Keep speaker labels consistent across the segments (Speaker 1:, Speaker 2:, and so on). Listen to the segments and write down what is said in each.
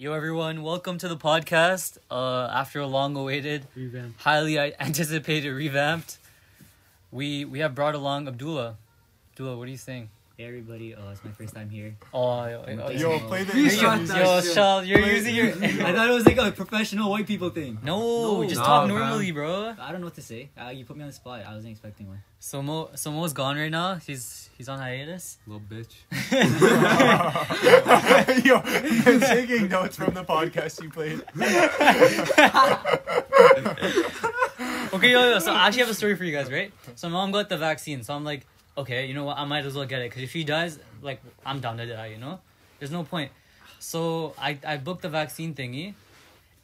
Speaker 1: Yo everyone, welcome to the podcast. Uh, after a long-awaited,
Speaker 2: Revamp.
Speaker 1: highly i- anticipated revamped, we we have brought along Abdullah. Abdullah, what do you think?
Speaker 3: Hey everybody, oh, it's my first time here.
Speaker 1: Oh, yo, yo,
Speaker 3: Yo,
Speaker 4: Yo,
Speaker 3: Yo,
Speaker 4: play the
Speaker 2: you
Speaker 4: intro
Speaker 2: shot
Speaker 4: music.
Speaker 2: that
Speaker 1: yo,
Speaker 2: shit.
Speaker 1: Shal, you're
Speaker 4: Wait.
Speaker 1: using your.
Speaker 3: I thought it was like a professional white people thing.
Speaker 1: No,
Speaker 3: No,
Speaker 1: just
Speaker 2: nah,
Speaker 1: talk
Speaker 2: man.
Speaker 1: normally, bro.
Speaker 3: I don't know what to say. Uh, you put me on the spot. I wasn't expecting one.
Speaker 1: So Mo, so Mo's gone right now. He's he's on hiatus.
Speaker 2: Little bitch.
Speaker 4: Yo, been taking notes from the podcast you played.
Speaker 1: Okay, yo, yo. So I actually have a story for you guys, right? So mom got the vaccine. So I'm like, okay, you know what? I might as well get it because if she dies, like, I'm down to die. You know, there's no point. So I I booked the vaccine thingy,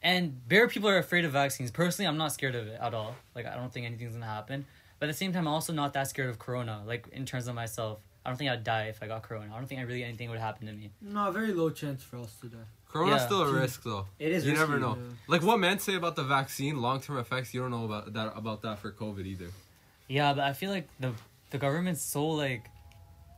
Speaker 1: and bare people are afraid of vaccines. Personally, I'm not scared of it at all. Like, I don't think anything's gonna happen. But at the same time, I'm also not that scared of corona. Like in terms of myself, I don't think I'd die if I got corona. I don't think I really anything would happen to me.
Speaker 5: No, very low chance for us to die.
Speaker 2: Corona's
Speaker 1: Yeah.
Speaker 2: still a risk though.
Speaker 3: It is
Speaker 2: You
Speaker 3: risky.
Speaker 2: never know.
Speaker 5: Yeah.
Speaker 2: Like what men say about the vaccine, long term effects. You don't know about that about that for COVID either.
Speaker 1: Yeah, but I feel like the the government's so like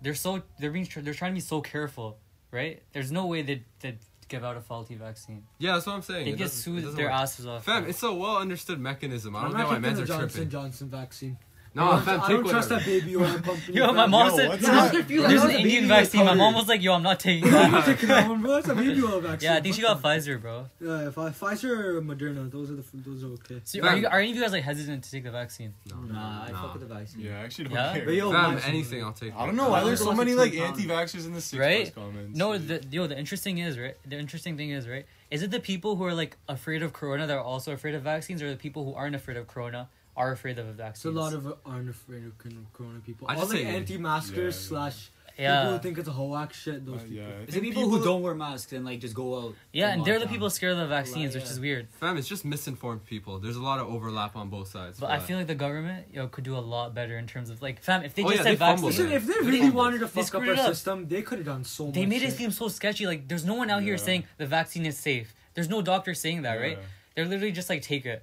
Speaker 1: they're so they're being tr- they're trying to be so careful, right? There's no way they they give out a faulty vaccine.
Speaker 2: Yeah, that's what I'm saying.
Speaker 1: They
Speaker 2: It
Speaker 1: get
Speaker 2: doesn't- it
Speaker 1: sued
Speaker 2: doesn't
Speaker 1: their
Speaker 2: work.
Speaker 1: asses off.
Speaker 2: Fam, it's a well understood mechanism. I
Speaker 5: I'm
Speaker 2: don't
Speaker 5: not
Speaker 2: know why
Speaker 5: taking
Speaker 2: men
Speaker 5: the
Speaker 2: are
Speaker 5: Johnson
Speaker 2: tripping.
Speaker 5: Johnson vaccine.
Speaker 2: No,
Speaker 5: I don't,
Speaker 2: fam,
Speaker 5: I
Speaker 2: take
Speaker 5: don't trust that
Speaker 2: whatever.
Speaker 5: baby oil company.
Speaker 1: yo,
Speaker 5: fam.
Speaker 1: my mom
Speaker 4: yo,
Speaker 1: said
Speaker 4: what's
Speaker 5: Yeah, I was
Speaker 4: that?
Speaker 5: confused.
Speaker 1: there's
Speaker 5: I
Speaker 1: an
Speaker 5: thought the
Speaker 1: Indian
Speaker 5: baby
Speaker 1: vaccine. My
Speaker 5: powder.
Speaker 1: mom was like, "Yo, I'm not taking
Speaker 5: I'm
Speaker 1: that."
Speaker 5: not taking that one, bro. That's a baby oil vaccine.
Speaker 1: yeah, I think she got
Speaker 5: Fuck
Speaker 1: Pfizer, bro.
Speaker 5: that. Yeah, if I, Pfizer or Moderna, those are the those are okay.
Speaker 1: So are, you, are any of you guys like hesitant to take the vaccine?
Speaker 2: No,
Speaker 3: Nah, I
Speaker 2: nah.
Speaker 3: fuck with the vaccine.
Speaker 4: Yeah, I actually don't
Speaker 1: Yeah?
Speaker 4: care.
Speaker 5: But yo,
Speaker 2: Fam,
Speaker 5: my-
Speaker 2: anything I'll take.
Speaker 4: I
Speaker 2: it.
Speaker 4: don't know why there's so
Speaker 5: Those are
Speaker 4: many
Speaker 5: two
Speaker 4: like
Speaker 5: pounds.
Speaker 4: anti-vaxxers in the six
Speaker 1: Right?
Speaker 4: plus comments.
Speaker 1: No,
Speaker 4: dude.
Speaker 1: the, yo, the interesting is right. The interesting thing is right. Is it the people who are like afraid of corona that are also afraid of vaccines, or the people who aren't afraid of corona are afraid of vaccines?
Speaker 5: It's a lot of uh, aren't afraid of con- corona people.
Speaker 2: I
Speaker 5: All
Speaker 2: just
Speaker 5: the
Speaker 2: say-
Speaker 5: anti-maskers
Speaker 4: Yeah, yeah.
Speaker 5: slash people
Speaker 1: yeah.
Speaker 5: who think it's a hoax shit.
Speaker 4: Uh,
Speaker 5: Those people.
Speaker 4: yeah, I
Speaker 3: It's the
Speaker 4: think
Speaker 3: people, who don't wear masks and like just go out.
Speaker 1: Yeah, and they're the
Speaker 3: lockdown.
Speaker 1: people scared of the vaccines,
Speaker 3: Right,
Speaker 1: which
Speaker 3: yeah.
Speaker 1: is weird.
Speaker 2: Fam, it's just misinformed people. There's a lot of overlap on both sides.
Speaker 1: But
Speaker 2: for
Speaker 1: I
Speaker 2: that.
Speaker 1: feel like the government yo could do a lot better in terms of like fam. If they
Speaker 2: Oh,
Speaker 1: just
Speaker 2: yeah,
Speaker 1: said
Speaker 2: they fumbled
Speaker 1: vaccines,
Speaker 2: it.
Speaker 5: Listen, if they
Speaker 2: They
Speaker 5: really
Speaker 2: fumbled.
Speaker 5: wanted to fuck up
Speaker 1: screwed
Speaker 5: our
Speaker 1: it up.
Speaker 5: system, they could have done so much.
Speaker 1: they made it
Speaker 5: shit.
Speaker 1: seem so sketchy. Like there's no one out here
Speaker 4: Yeah.
Speaker 1: saying the vaccine is safe. There's no doctor saying that, right?
Speaker 4: Yeah.
Speaker 1: They're literally just like take it.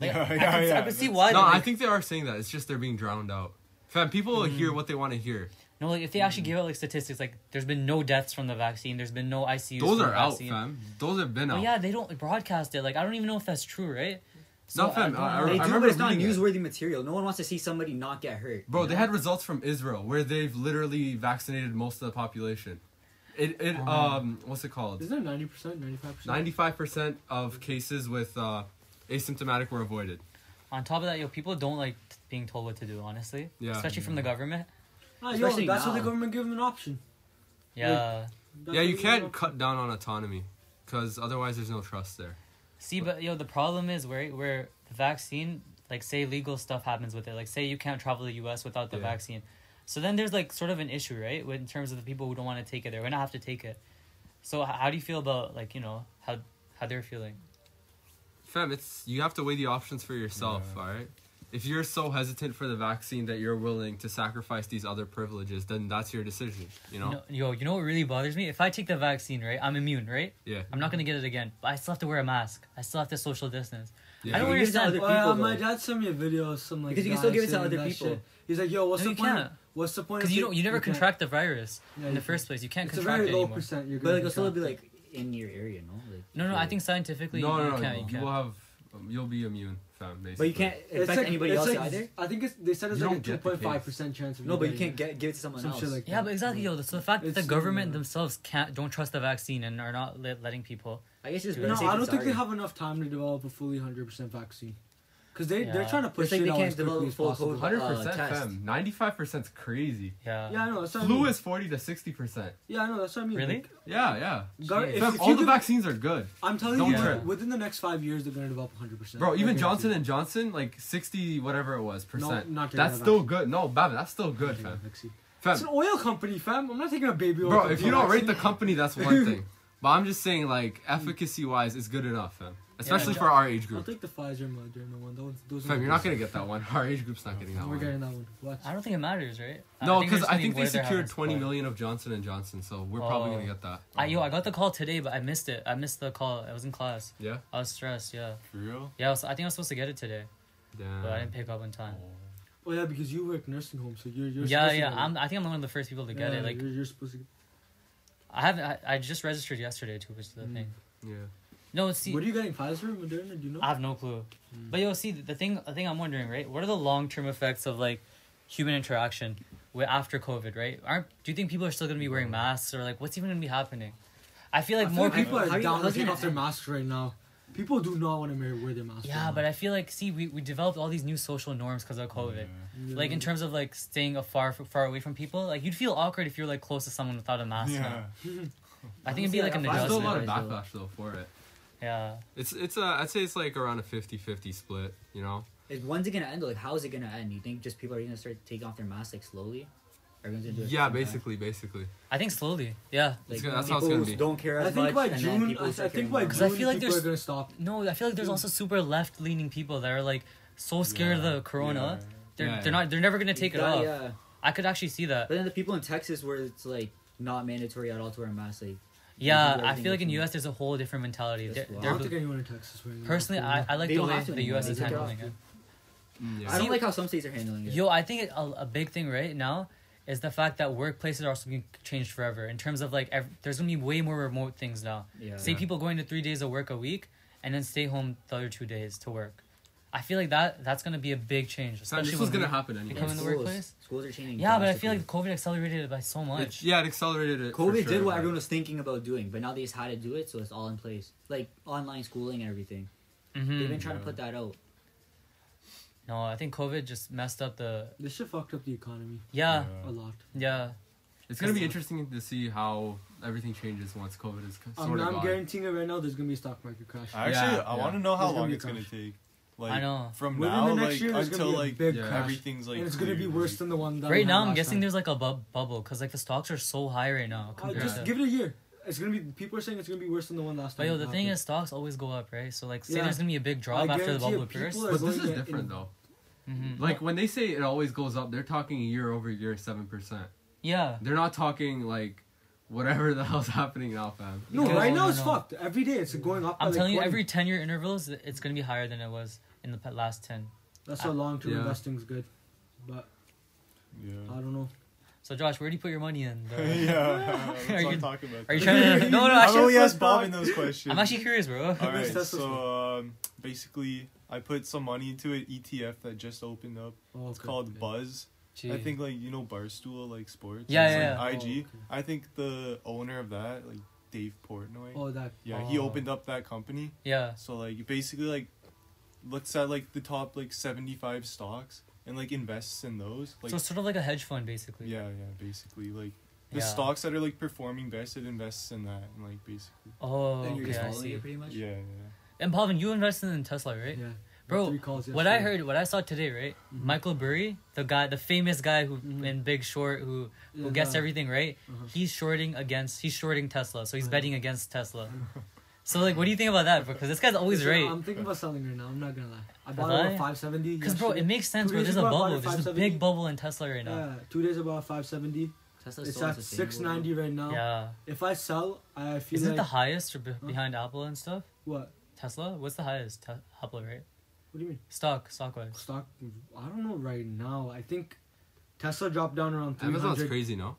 Speaker 1: Like,
Speaker 4: Yeah,
Speaker 1: I,
Speaker 4: yeah,
Speaker 1: could, I
Speaker 4: yeah,
Speaker 1: could see
Speaker 4: that's-
Speaker 1: why.
Speaker 2: No,
Speaker 1: they're,
Speaker 2: I
Speaker 1: like-
Speaker 2: think they are saying that. It's just they're being drowned out. Fam, people hear what they want to hear.
Speaker 1: no. Like if Mm-hmm. they
Speaker 2: Mm.
Speaker 1: actually give out like statistics, like there's been no deaths from the vaccine. There's been no ICUs.
Speaker 2: Those
Speaker 1: from
Speaker 2: are
Speaker 1: the
Speaker 2: out,
Speaker 1: vaccine.
Speaker 2: fam. Those have been
Speaker 1: But
Speaker 2: out.
Speaker 1: yeah, they don't broadcast it. Like I don't even know if that's true, right?
Speaker 2: No, fam,
Speaker 1: don't
Speaker 2: I-
Speaker 1: know.
Speaker 2: I
Speaker 3: They do,
Speaker 2: remember
Speaker 3: but it's not
Speaker 2: reading it.
Speaker 3: newsworthy material. No one wants to see somebody not get hurt.
Speaker 2: Bro,
Speaker 3: you
Speaker 2: they
Speaker 3: know?
Speaker 2: had results from Israel where they've literally vaccinated most of the population. It
Speaker 1: Oh,
Speaker 2: it um, what's it called?
Speaker 5: Isn't it ninety percent, ninety-five percent?
Speaker 2: Ninety five percent of cases with uh, asymptomatic were avoided.
Speaker 1: On top of that, yo, people don't like t- being told what to do. Honestly,
Speaker 2: Yeah.
Speaker 1: especially from the government.
Speaker 5: Ah, yo,
Speaker 3: Especially
Speaker 5: that's what
Speaker 3: now.
Speaker 5: the government gave them an option.
Speaker 1: Yeah.
Speaker 5: That's
Speaker 2: yeah,
Speaker 5: what
Speaker 2: you
Speaker 5: they gave them an
Speaker 2: can't
Speaker 5: option.
Speaker 2: cut down on autonomy, because otherwise there's no trust there.
Speaker 1: See, but yo, the problem is where where the vaccine, like say legal stuff happens with it. Like say you can't travel to the U.S. without the
Speaker 2: Yeah.
Speaker 1: vaccine. So then there's like sort of an issue, right? with- In terms of the people who don't want to take it, they're gonna have to take it. So h- how do you feel about like you know how how they're feeling?
Speaker 2: Fam, it's you have to weigh the options for yourself.
Speaker 4: Yeah.
Speaker 2: All right. If you're so hesitant for the vaccine that you're willing to sacrifice these other privileges, then that's your decision. You know.
Speaker 1: No, yo, you know what really bothers me? If I take the vaccine, right, I'm immune, right?
Speaker 2: Yeah.
Speaker 1: I'm not gonna get it again. But I still have to wear a mask. I still have to social distance.
Speaker 2: Yeah.
Speaker 1: I don't
Speaker 3: You give it to
Speaker 1: understand.
Speaker 3: other
Speaker 5: Well,
Speaker 3: people,
Speaker 5: uh, my
Speaker 3: though.
Speaker 5: dad sent me a video of some like
Speaker 3: Because you can still
Speaker 5: guy
Speaker 3: give it to
Speaker 5: saying
Speaker 3: other
Speaker 5: that
Speaker 3: people.
Speaker 5: shit. He's like, yo, what's
Speaker 1: No,
Speaker 5: the
Speaker 1: you
Speaker 5: point?
Speaker 1: can't.
Speaker 5: What's the point?
Speaker 1: Because
Speaker 5: if
Speaker 1: you don't, you never
Speaker 5: can't-
Speaker 1: contract the virus
Speaker 5: Yeah,
Speaker 1: in
Speaker 5: you
Speaker 1: the first place. You can't
Speaker 5: It's a
Speaker 1: contract
Speaker 5: very
Speaker 1: it
Speaker 5: low
Speaker 1: anymore.
Speaker 5: percent. You're
Speaker 3: But like,
Speaker 5: gonna
Speaker 3: it'll still be
Speaker 5: contract
Speaker 3: like in your area, no? Like,
Speaker 1: No, no,
Speaker 3: yeah.
Speaker 1: I think scientifically
Speaker 2: No,
Speaker 1: you,
Speaker 2: no,
Speaker 1: you
Speaker 2: no.
Speaker 1: can't. You
Speaker 2: You
Speaker 1: can't.
Speaker 2: will have. um, You'll be immune, fam. Basically.
Speaker 3: But you can't
Speaker 5: it. It's
Speaker 3: infect
Speaker 5: like-
Speaker 3: anybody
Speaker 5: it's
Speaker 3: else
Speaker 5: like-
Speaker 3: either.
Speaker 5: I think it's, they said it's
Speaker 2: You
Speaker 5: like a
Speaker 2: don't
Speaker 5: two
Speaker 2: get the
Speaker 5: point five percent chance. Of
Speaker 3: No, but you
Speaker 5: getting
Speaker 3: can't get give it to someone
Speaker 5: Some
Speaker 3: else.
Speaker 5: shit like
Speaker 1: Yeah, but exactly, yo. So the fact that the
Speaker 5: It's,
Speaker 1: government
Speaker 5: uh,
Speaker 1: themselves can't don't trust the vaccine and are not let, letting people.
Speaker 3: I guess it's
Speaker 5: it. No,
Speaker 3: safe
Speaker 5: I
Speaker 3: than
Speaker 5: don't think they
Speaker 3: sorry.
Speaker 5: have enough time to develop a fully hundred percent vaccine. Because they they're
Speaker 1: Yeah.
Speaker 5: trying to push
Speaker 3: It's like
Speaker 5: it
Speaker 3: they
Speaker 5: out
Speaker 3: can't
Speaker 5: as quickly
Speaker 3: develop
Speaker 5: as
Speaker 3: full
Speaker 5: possible.
Speaker 3: code.
Speaker 2: Hundred
Speaker 3: uh,
Speaker 2: percent,
Speaker 3: test.
Speaker 2: fam. Ninety-five percent's crazy.
Speaker 1: Yeah.
Speaker 5: Yeah, I know. That's what I
Speaker 2: Flu
Speaker 5: mean.
Speaker 2: is forty to sixty percent.
Speaker 5: Yeah, I know. That's what I mean.
Speaker 1: Really?
Speaker 5: Like,
Speaker 2: Yeah, yeah.
Speaker 5: gov-
Speaker 1: Jeez.
Speaker 5: if,
Speaker 2: Fam,
Speaker 5: if
Speaker 2: all
Speaker 5: you
Speaker 2: the
Speaker 5: do-
Speaker 2: vaccines are good,
Speaker 5: I'm telling
Speaker 2: Don't
Speaker 5: you,
Speaker 2: trip.
Speaker 5: within the next five years, they're gonna develop hundred percent.
Speaker 2: bro. Even Johnson and Johnson, like sixty, whatever it was percent.
Speaker 5: not taking
Speaker 2: that's
Speaker 5: that
Speaker 2: still
Speaker 5: vaccine.
Speaker 2: good. No, Babin, that's still good, fam.
Speaker 5: It's an
Speaker 2: Fam,
Speaker 5: oil company, fam. I'm not taking a baby oil.
Speaker 2: bro.
Speaker 5: company
Speaker 2: If you don't
Speaker 5: vaccine.
Speaker 2: rate the company, that's one thing. But I'm just saying, like efficacy-wise, it's good enough, fam. Especially
Speaker 1: Jo-
Speaker 2: for our age
Speaker 5: I'll
Speaker 2: group.
Speaker 5: take the Pfizer Moderna one. That one's, those
Speaker 2: Fam,
Speaker 5: ones-
Speaker 2: you're not gonna get that one. Our age group's not getting that
Speaker 5: We're
Speaker 2: one.
Speaker 5: getting that one. Watch.
Speaker 1: I don't think it matters, right?
Speaker 2: No,
Speaker 1: they're
Speaker 2: because
Speaker 1: just
Speaker 2: I
Speaker 1: gonna
Speaker 2: think they
Speaker 1: wear their
Speaker 2: secured
Speaker 1: hands,
Speaker 2: twenty
Speaker 1: but-
Speaker 2: million of Johnson and Johnson, so we're probably
Speaker 1: Oh.
Speaker 2: gonna get that.
Speaker 1: I, yo, I got the call today, but I missed it. I missed the call. I was in class.
Speaker 2: Yeah.
Speaker 1: I was stressed. Yeah.
Speaker 4: for real.
Speaker 1: Yeah. I, was, I think I was supposed to get it today, but I
Speaker 2: Damn.
Speaker 1: didn't pick up in time.
Speaker 5: Oh yeah, because you work nursing home, so you're you're.
Speaker 1: yeah,
Speaker 5: supposed to
Speaker 1: yeah.
Speaker 5: get it.
Speaker 1: I'm. I think I'm one of the first people to get
Speaker 5: Yeah,
Speaker 1: it. Like
Speaker 5: you're, you're supposed to.
Speaker 1: I haven't. I, I just registered yesterday too, which is the
Speaker 5: Mm.
Speaker 1: thing.
Speaker 2: Yeah.
Speaker 1: No, see,
Speaker 5: what are you getting? Pfizer or Moderna? Do you know?
Speaker 1: I have no clue.
Speaker 5: Mm.
Speaker 1: But yo, see, the thing, the thing I'm wondering, right? What are the long term effects of like human interaction with after COVID, right? Aren't do you think people are still gonna be wearing masks or like what's even gonna be happening? I feel like
Speaker 5: I feel
Speaker 1: more
Speaker 5: like
Speaker 1: people.
Speaker 5: people
Speaker 3: How
Speaker 5: are
Speaker 3: you-
Speaker 5: down
Speaker 3: how's
Speaker 5: to
Speaker 3: it
Speaker 5: take
Speaker 3: gonna
Speaker 5: off their
Speaker 3: end?
Speaker 5: masks right now. People do not want to wear their masks.
Speaker 1: Yeah, but I feel like see, we, we developed all these new social norms because of COVID. Like in terms of like staying afar far away from people, like you'd feel awkward if you're like close to someone without a mask.
Speaker 4: Yeah.
Speaker 1: on. I think it'd be
Speaker 3: Honestly,
Speaker 1: like an
Speaker 3: I-
Speaker 2: There's still a lot of
Speaker 1: adjustment.
Speaker 5: Adjustment.
Speaker 2: backlash though for it.
Speaker 1: Yeah.
Speaker 2: It's it's uh I'd say it's like around a 50-50 split. You know.
Speaker 3: Like, when's it gonna end? Like, how is it gonna end? You think just people are gonna start taking off their masks like slowly? Everyone's gonna do it. at the
Speaker 2: Yeah,
Speaker 3: same time?
Speaker 2: basically, basically.
Speaker 1: I think slowly. Yeah.
Speaker 3: Like,
Speaker 2: It's gonna- that's how
Speaker 3: people
Speaker 2: it's
Speaker 3: who
Speaker 2: gonna be.
Speaker 3: don't care as
Speaker 5: I think
Speaker 3: much,
Speaker 5: by
Speaker 3: and then people
Speaker 5: June,
Speaker 3: who
Speaker 5: I, I
Speaker 3: start
Speaker 5: think
Speaker 3: caring
Speaker 5: by
Speaker 3: more.
Speaker 5: June,
Speaker 1: 'Cause I feel like
Speaker 5: people are
Speaker 1: there's-
Speaker 5: gonna stop.
Speaker 1: No, I feel like there's also super left leaning people that are like so scared
Speaker 2: Yeah.
Speaker 1: of the corona.
Speaker 4: Yeah.
Speaker 1: They're
Speaker 2: Yeah,
Speaker 1: they're
Speaker 2: yeah.
Speaker 1: not they're never gonna take it
Speaker 3: Yeah,
Speaker 1: off.
Speaker 3: Yeah,
Speaker 1: I could actually see
Speaker 3: but
Speaker 1: that.
Speaker 3: then the people in Texas where it's like not mandatory at all to wear masks, like
Speaker 1: Yeah,
Speaker 3: do
Speaker 1: I
Speaker 3: everything
Speaker 1: feel like
Speaker 3: that
Speaker 1: in
Speaker 3: you
Speaker 1: US there's a whole different mentality.
Speaker 3: That's
Speaker 1: They're,
Speaker 3: wild.
Speaker 5: I
Speaker 1: they're-
Speaker 5: don't think anyone in Texas right now.
Speaker 1: personally, I, I like
Speaker 3: They
Speaker 1: the
Speaker 3: don't
Speaker 1: way
Speaker 3: have to
Speaker 1: the US
Speaker 3: anymore.
Speaker 1: is
Speaker 3: They don't
Speaker 1: handling
Speaker 3: have
Speaker 1: it.
Speaker 2: Mm,
Speaker 3: I
Speaker 2: Yeah.
Speaker 1: See-
Speaker 3: don't like how some states are handling it.
Speaker 1: Yo, I think a, a big thing right now is the fact that workplaces are also being changed forever in terms of like ev- there's gonna be way more remote things now.
Speaker 3: yeah.
Speaker 1: Say
Speaker 2: Yeah.
Speaker 1: people going to three days of work a week and then stay home the other two days to work. I feel like that that's gonna be a big change.
Speaker 2: So this
Speaker 1: especially
Speaker 2: was
Speaker 1: when
Speaker 2: gonna
Speaker 1: we-
Speaker 2: happen
Speaker 1: you
Speaker 2: anyway.
Speaker 1: come in the
Speaker 3: Schools-
Speaker 1: workplace?
Speaker 3: Schools are changing.
Speaker 1: Yeah, but I feel like
Speaker 3: drastically.
Speaker 1: COVID accelerated it by so much.
Speaker 2: It, yeah, it accelerated it. for
Speaker 3: COVID
Speaker 2: sure,
Speaker 3: did what
Speaker 2: but-
Speaker 3: everyone was thinking about doing, but now they just had to do it, so it's all in place, like online schooling and everything. They've been
Speaker 1: Mhm.
Speaker 3: trying to
Speaker 2: Yeah.
Speaker 3: put that out.
Speaker 1: No, I think COVID just messed up the.
Speaker 5: This shit fucked up the economy
Speaker 1: Yeah,
Speaker 5: a lot.
Speaker 1: yeah.
Speaker 2: It's gonna be interesting to see how everything changes once COVID is sort
Speaker 5: I'm,
Speaker 2: of
Speaker 5: I'm
Speaker 2: gone.
Speaker 5: guaranteeing it right now. There's gonna be a stock market crash.
Speaker 4: Actually,
Speaker 2: Yeah,
Speaker 4: I
Speaker 2: yeah.
Speaker 4: want to know how
Speaker 5: It's gonna
Speaker 4: long
Speaker 5: be
Speaker 4: it's going to
Speaker 5: tough.
Speaker 4: take. Like,
Speaker 1: I know.
Speaker 4: From
Speaker 5: Within
Speaker 4: now,
Speaker 5: the next
Speaker 4: like,
Speaker 5: year, there's
Speaker 4: until,
Speaker 5: gonna be a
Speaker 4: like,
Speaker 5: big
Speaker 2: Yeah.
Speaker 5: crash.
Speaker 4: everything's, like,
Speaker 5: and it's gonna be
Speaker 4: cleared,
Speaker 5: worse
Speaker 4: like-
Speaker 5: than the one that we
Speaker 1: Right
Speaker 5: had
Speaker 1: now, I'm
Speaker 5: last
Speaker 1: guessing
Speaker 5: time.
Speaker 1: there's like a bub- bubble because like the stocks are so high right now.
Speaker 5: Uh,
Speaker 1: compared
Speaker 5: just
Speaker 1: to-
Speaker 5: give it a year. It's gonna be. People are saying it's gonna be worse than the one last
Speaker 1: But
Speaker 5: time.
Speaker 1: yo,
Speaker 5: it
Speaker 1: the thing
Speaker 5: happened.
Speaker 1: is, stocks always go up, right? So like, say
Speaker 5: Yeah.
Speaker 1: there's gonna be a big drop
Speaker 5: I
Speaker 1: after the
Speaker 5: guarantee
Speaker 1: bubble
Speaker 5: you
Speaker 1: appears.
Speaker 5: people are-
Speaker 2: But this
Speaker 5: going
Speaker 2: is
Speaker 5: to
Speaker 2: different
Speaker 5: in-
Speaker 2: though.
Speaker 1: Mhm.
Speaker 2: Like when they say it always goes up, they're talking year over year seven percent.
Speaker 1: Yeah.
Speaker 2: They're not talking like whatever the hell's happening now, fam.
Speaker 5: no,
Speaker 1: Because-
Speaker 5: right
Speaker 1: No,
Speaker 5: now
Speaker 1: no,
Speaker 5: it's
Speaker 1: no.
Speaker 5: fucked. Every day it's going up. by,
Speaker 1: I'm
Speaker 5: like,
Speaker 1: telling you,
Speaker 5: 20.
Speaker 1: every 10 year intervals, it's gonna be higher than it was in the pa- last 10.
Speaker 5: That's how long term
Speaker 2: Yeah.
Speaker 5: investing's good. But I
Speaker 4: Yeah.
Speaker 5: don't know.
Speaker 1: So Josh, where do you put your money in? bro?
Speaker 4: yeah.
Speaker 1: Are
Speaker 4: Let's
Speaker 1: you-
Speaker 4: not talk about
Speaker 1: Are you
Speaker 4: that.
Speaker 1: trying to? No, no.
Speaker 4: I'm
Speaker 1: Actually,
Speaker 4: only
Speaker 5: so
Speaker 4: asked Bob
Speaker 5: sorry.
Speaker 4: in those questions.
Speaker 1: I'm actually curious, bro.
Speaker 4: All right,
Speaker 5: Let's test this
Speaker 4: so um, basically, I put some money into an ETF that just opened up.
Speaker 5: Oh,
Speaker 4: It's
Speaker 5: okay,
Speaker 4: called
Speaker 5: okay.
Speaker 4: Buzz. I
Speaker 1: Gee.
Speaker 4: think like you know Barstool like sports.
Speaker 1: Yeah,
Speaker 4: It's,
Speaker 1: yeah,
Speaker 4: like,
Speaker 5: yeah.
Speaker 4: IG.
Speaker 5: Oh, okay.
Speaker 4: I think the owner of that like Dave Portnoy.
Speaker 5: Oh, that.
Speaker 4: yeah, he
Speaker 1: Oh.
Speaker 4: opened up that company.
Speaker 1: Yeah.
Speaker 4: So like you basically like looks at like the top like seventy five stocks and like invests in those. Like
Speaker 1: so it's sort of like a hedge fund, basically.
Speaker 4: yeah, yeah, basically like the
Speaker 1: Yeah.
Speaker 4: stocks that are like performing best, it invests in that and like basically.
Speaker 1: Oh,
Speaker 3: and you're
Speaker 1: okay,
Speaker 3: just
Speaker 1: I
Speaker 3: following
Speaker 1: see.
Speaker 3: it pretty much.
Speaker 4: Yeah, yeah.
Speaker 1: And Pavan, you invested in Tesla, right?
Speaker 5: Yeah.
Speaker 1: Bro,
Speaker 5: Three calls
Speaker 1: What I
Speaker 5: yesterday.
Speaker 1: heard, what I saw today, right?
Speaker 5: Mhm.
Speaker 1: Michael Burry, the guy, the famous guy who
Speaker 5: Mhm.
Speaker 1: in Big Short, who who
Speaker 5: Yeah,
Speaker 1: gets
Speaker 5: nah.
Speaker 1: everything right,
Speaker 5: Uh-huh.
Speaker 1: he's shorting against, he's shorting Tesla, so he's
Speaker 5: Uh-huh.
Speaker 1: betting against Tesla. So like, what do you think about that? Because this guy's always
Speaker 5: Listen,
Speaker 1: right.
Speaker 5: I'm thinking about selling right now. I'm not gonna lie. I
Speaker 1: Cause
Speaker 5: bought it
Speaker 1: I-
Speaker 5: at 570.
Speaker 1: Because bro, it
Speaker 5: yesterday.
Speaker 1: makes sense,
Speaker 5: Two
Speaker 1: bro.
Speaker 5: days
Speaker 1: There's a
Speaker 5: ago, I bought
Speaker 1: bubble.
Speaker 5: it
Speaker 1: There's a
Speaker 5: 570.
Speaker 1: big bubble in Tesla right now.
Speaker 5: Yeah, two days about 570.
Speaker 3: Tesla's
Speaker 5: It's
Speaker 3: so
Speaker 5: at
Speaker 3: unsustainable,
Speaker 5: 690 right now.
Speaker 1: Yeah.
Speaker 5: If I sell, I feel
Speaker 1: Isn't it
Speaker 5: like
Speaker 1: the highest or be- behind Apple and stuff?
Speaker 5: what?
Speaker 1: Tesla? What's the highest? Te- Apple, right?
Speaker 5: What do you mean?
Speaker 1: Stock, stock wise.
Speaker 5: Stock? I don't know right now. I think Tesla dropped down around 300.
Speaker 2: Amazon's crazy, no?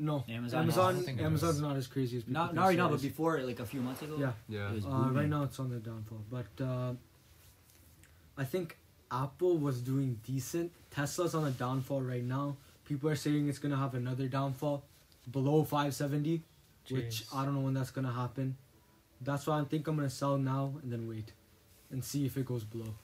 Speaker 5: No,
Speaker 3: Amazon- I
Speaker 5: Amazon
Speaker 1: don't think it
Speaker 5: Amazon's
Speaker 1: is.
Speaker 5: not as crazy as
Speaker 3: dude.
Speaker 5: people
Speaker 3: Not,
Speaker 5: think
Speaker 3: not right now,
Speaker 5: it
Speaker 3: but
Speaker 5: is.
Speaker 3: before, like a few months ago.
Speaker 5: Yeah.
Speaker 2: Yeah.
Speaker 3: It was
Speaker 5: Uh, right
Speaker 3: booming.
Speaker 5: now it's on the downfall, but uh, I think Apple was doing decent. Tesla's on a downfall right now. People are saying it's gonna have another downfall below 570, which
Speaker 1: Jeez.
Speaker 5: I don't know when that's gonna happen. That's why I think I'm gonna sell now and then wait, and see if it goes below.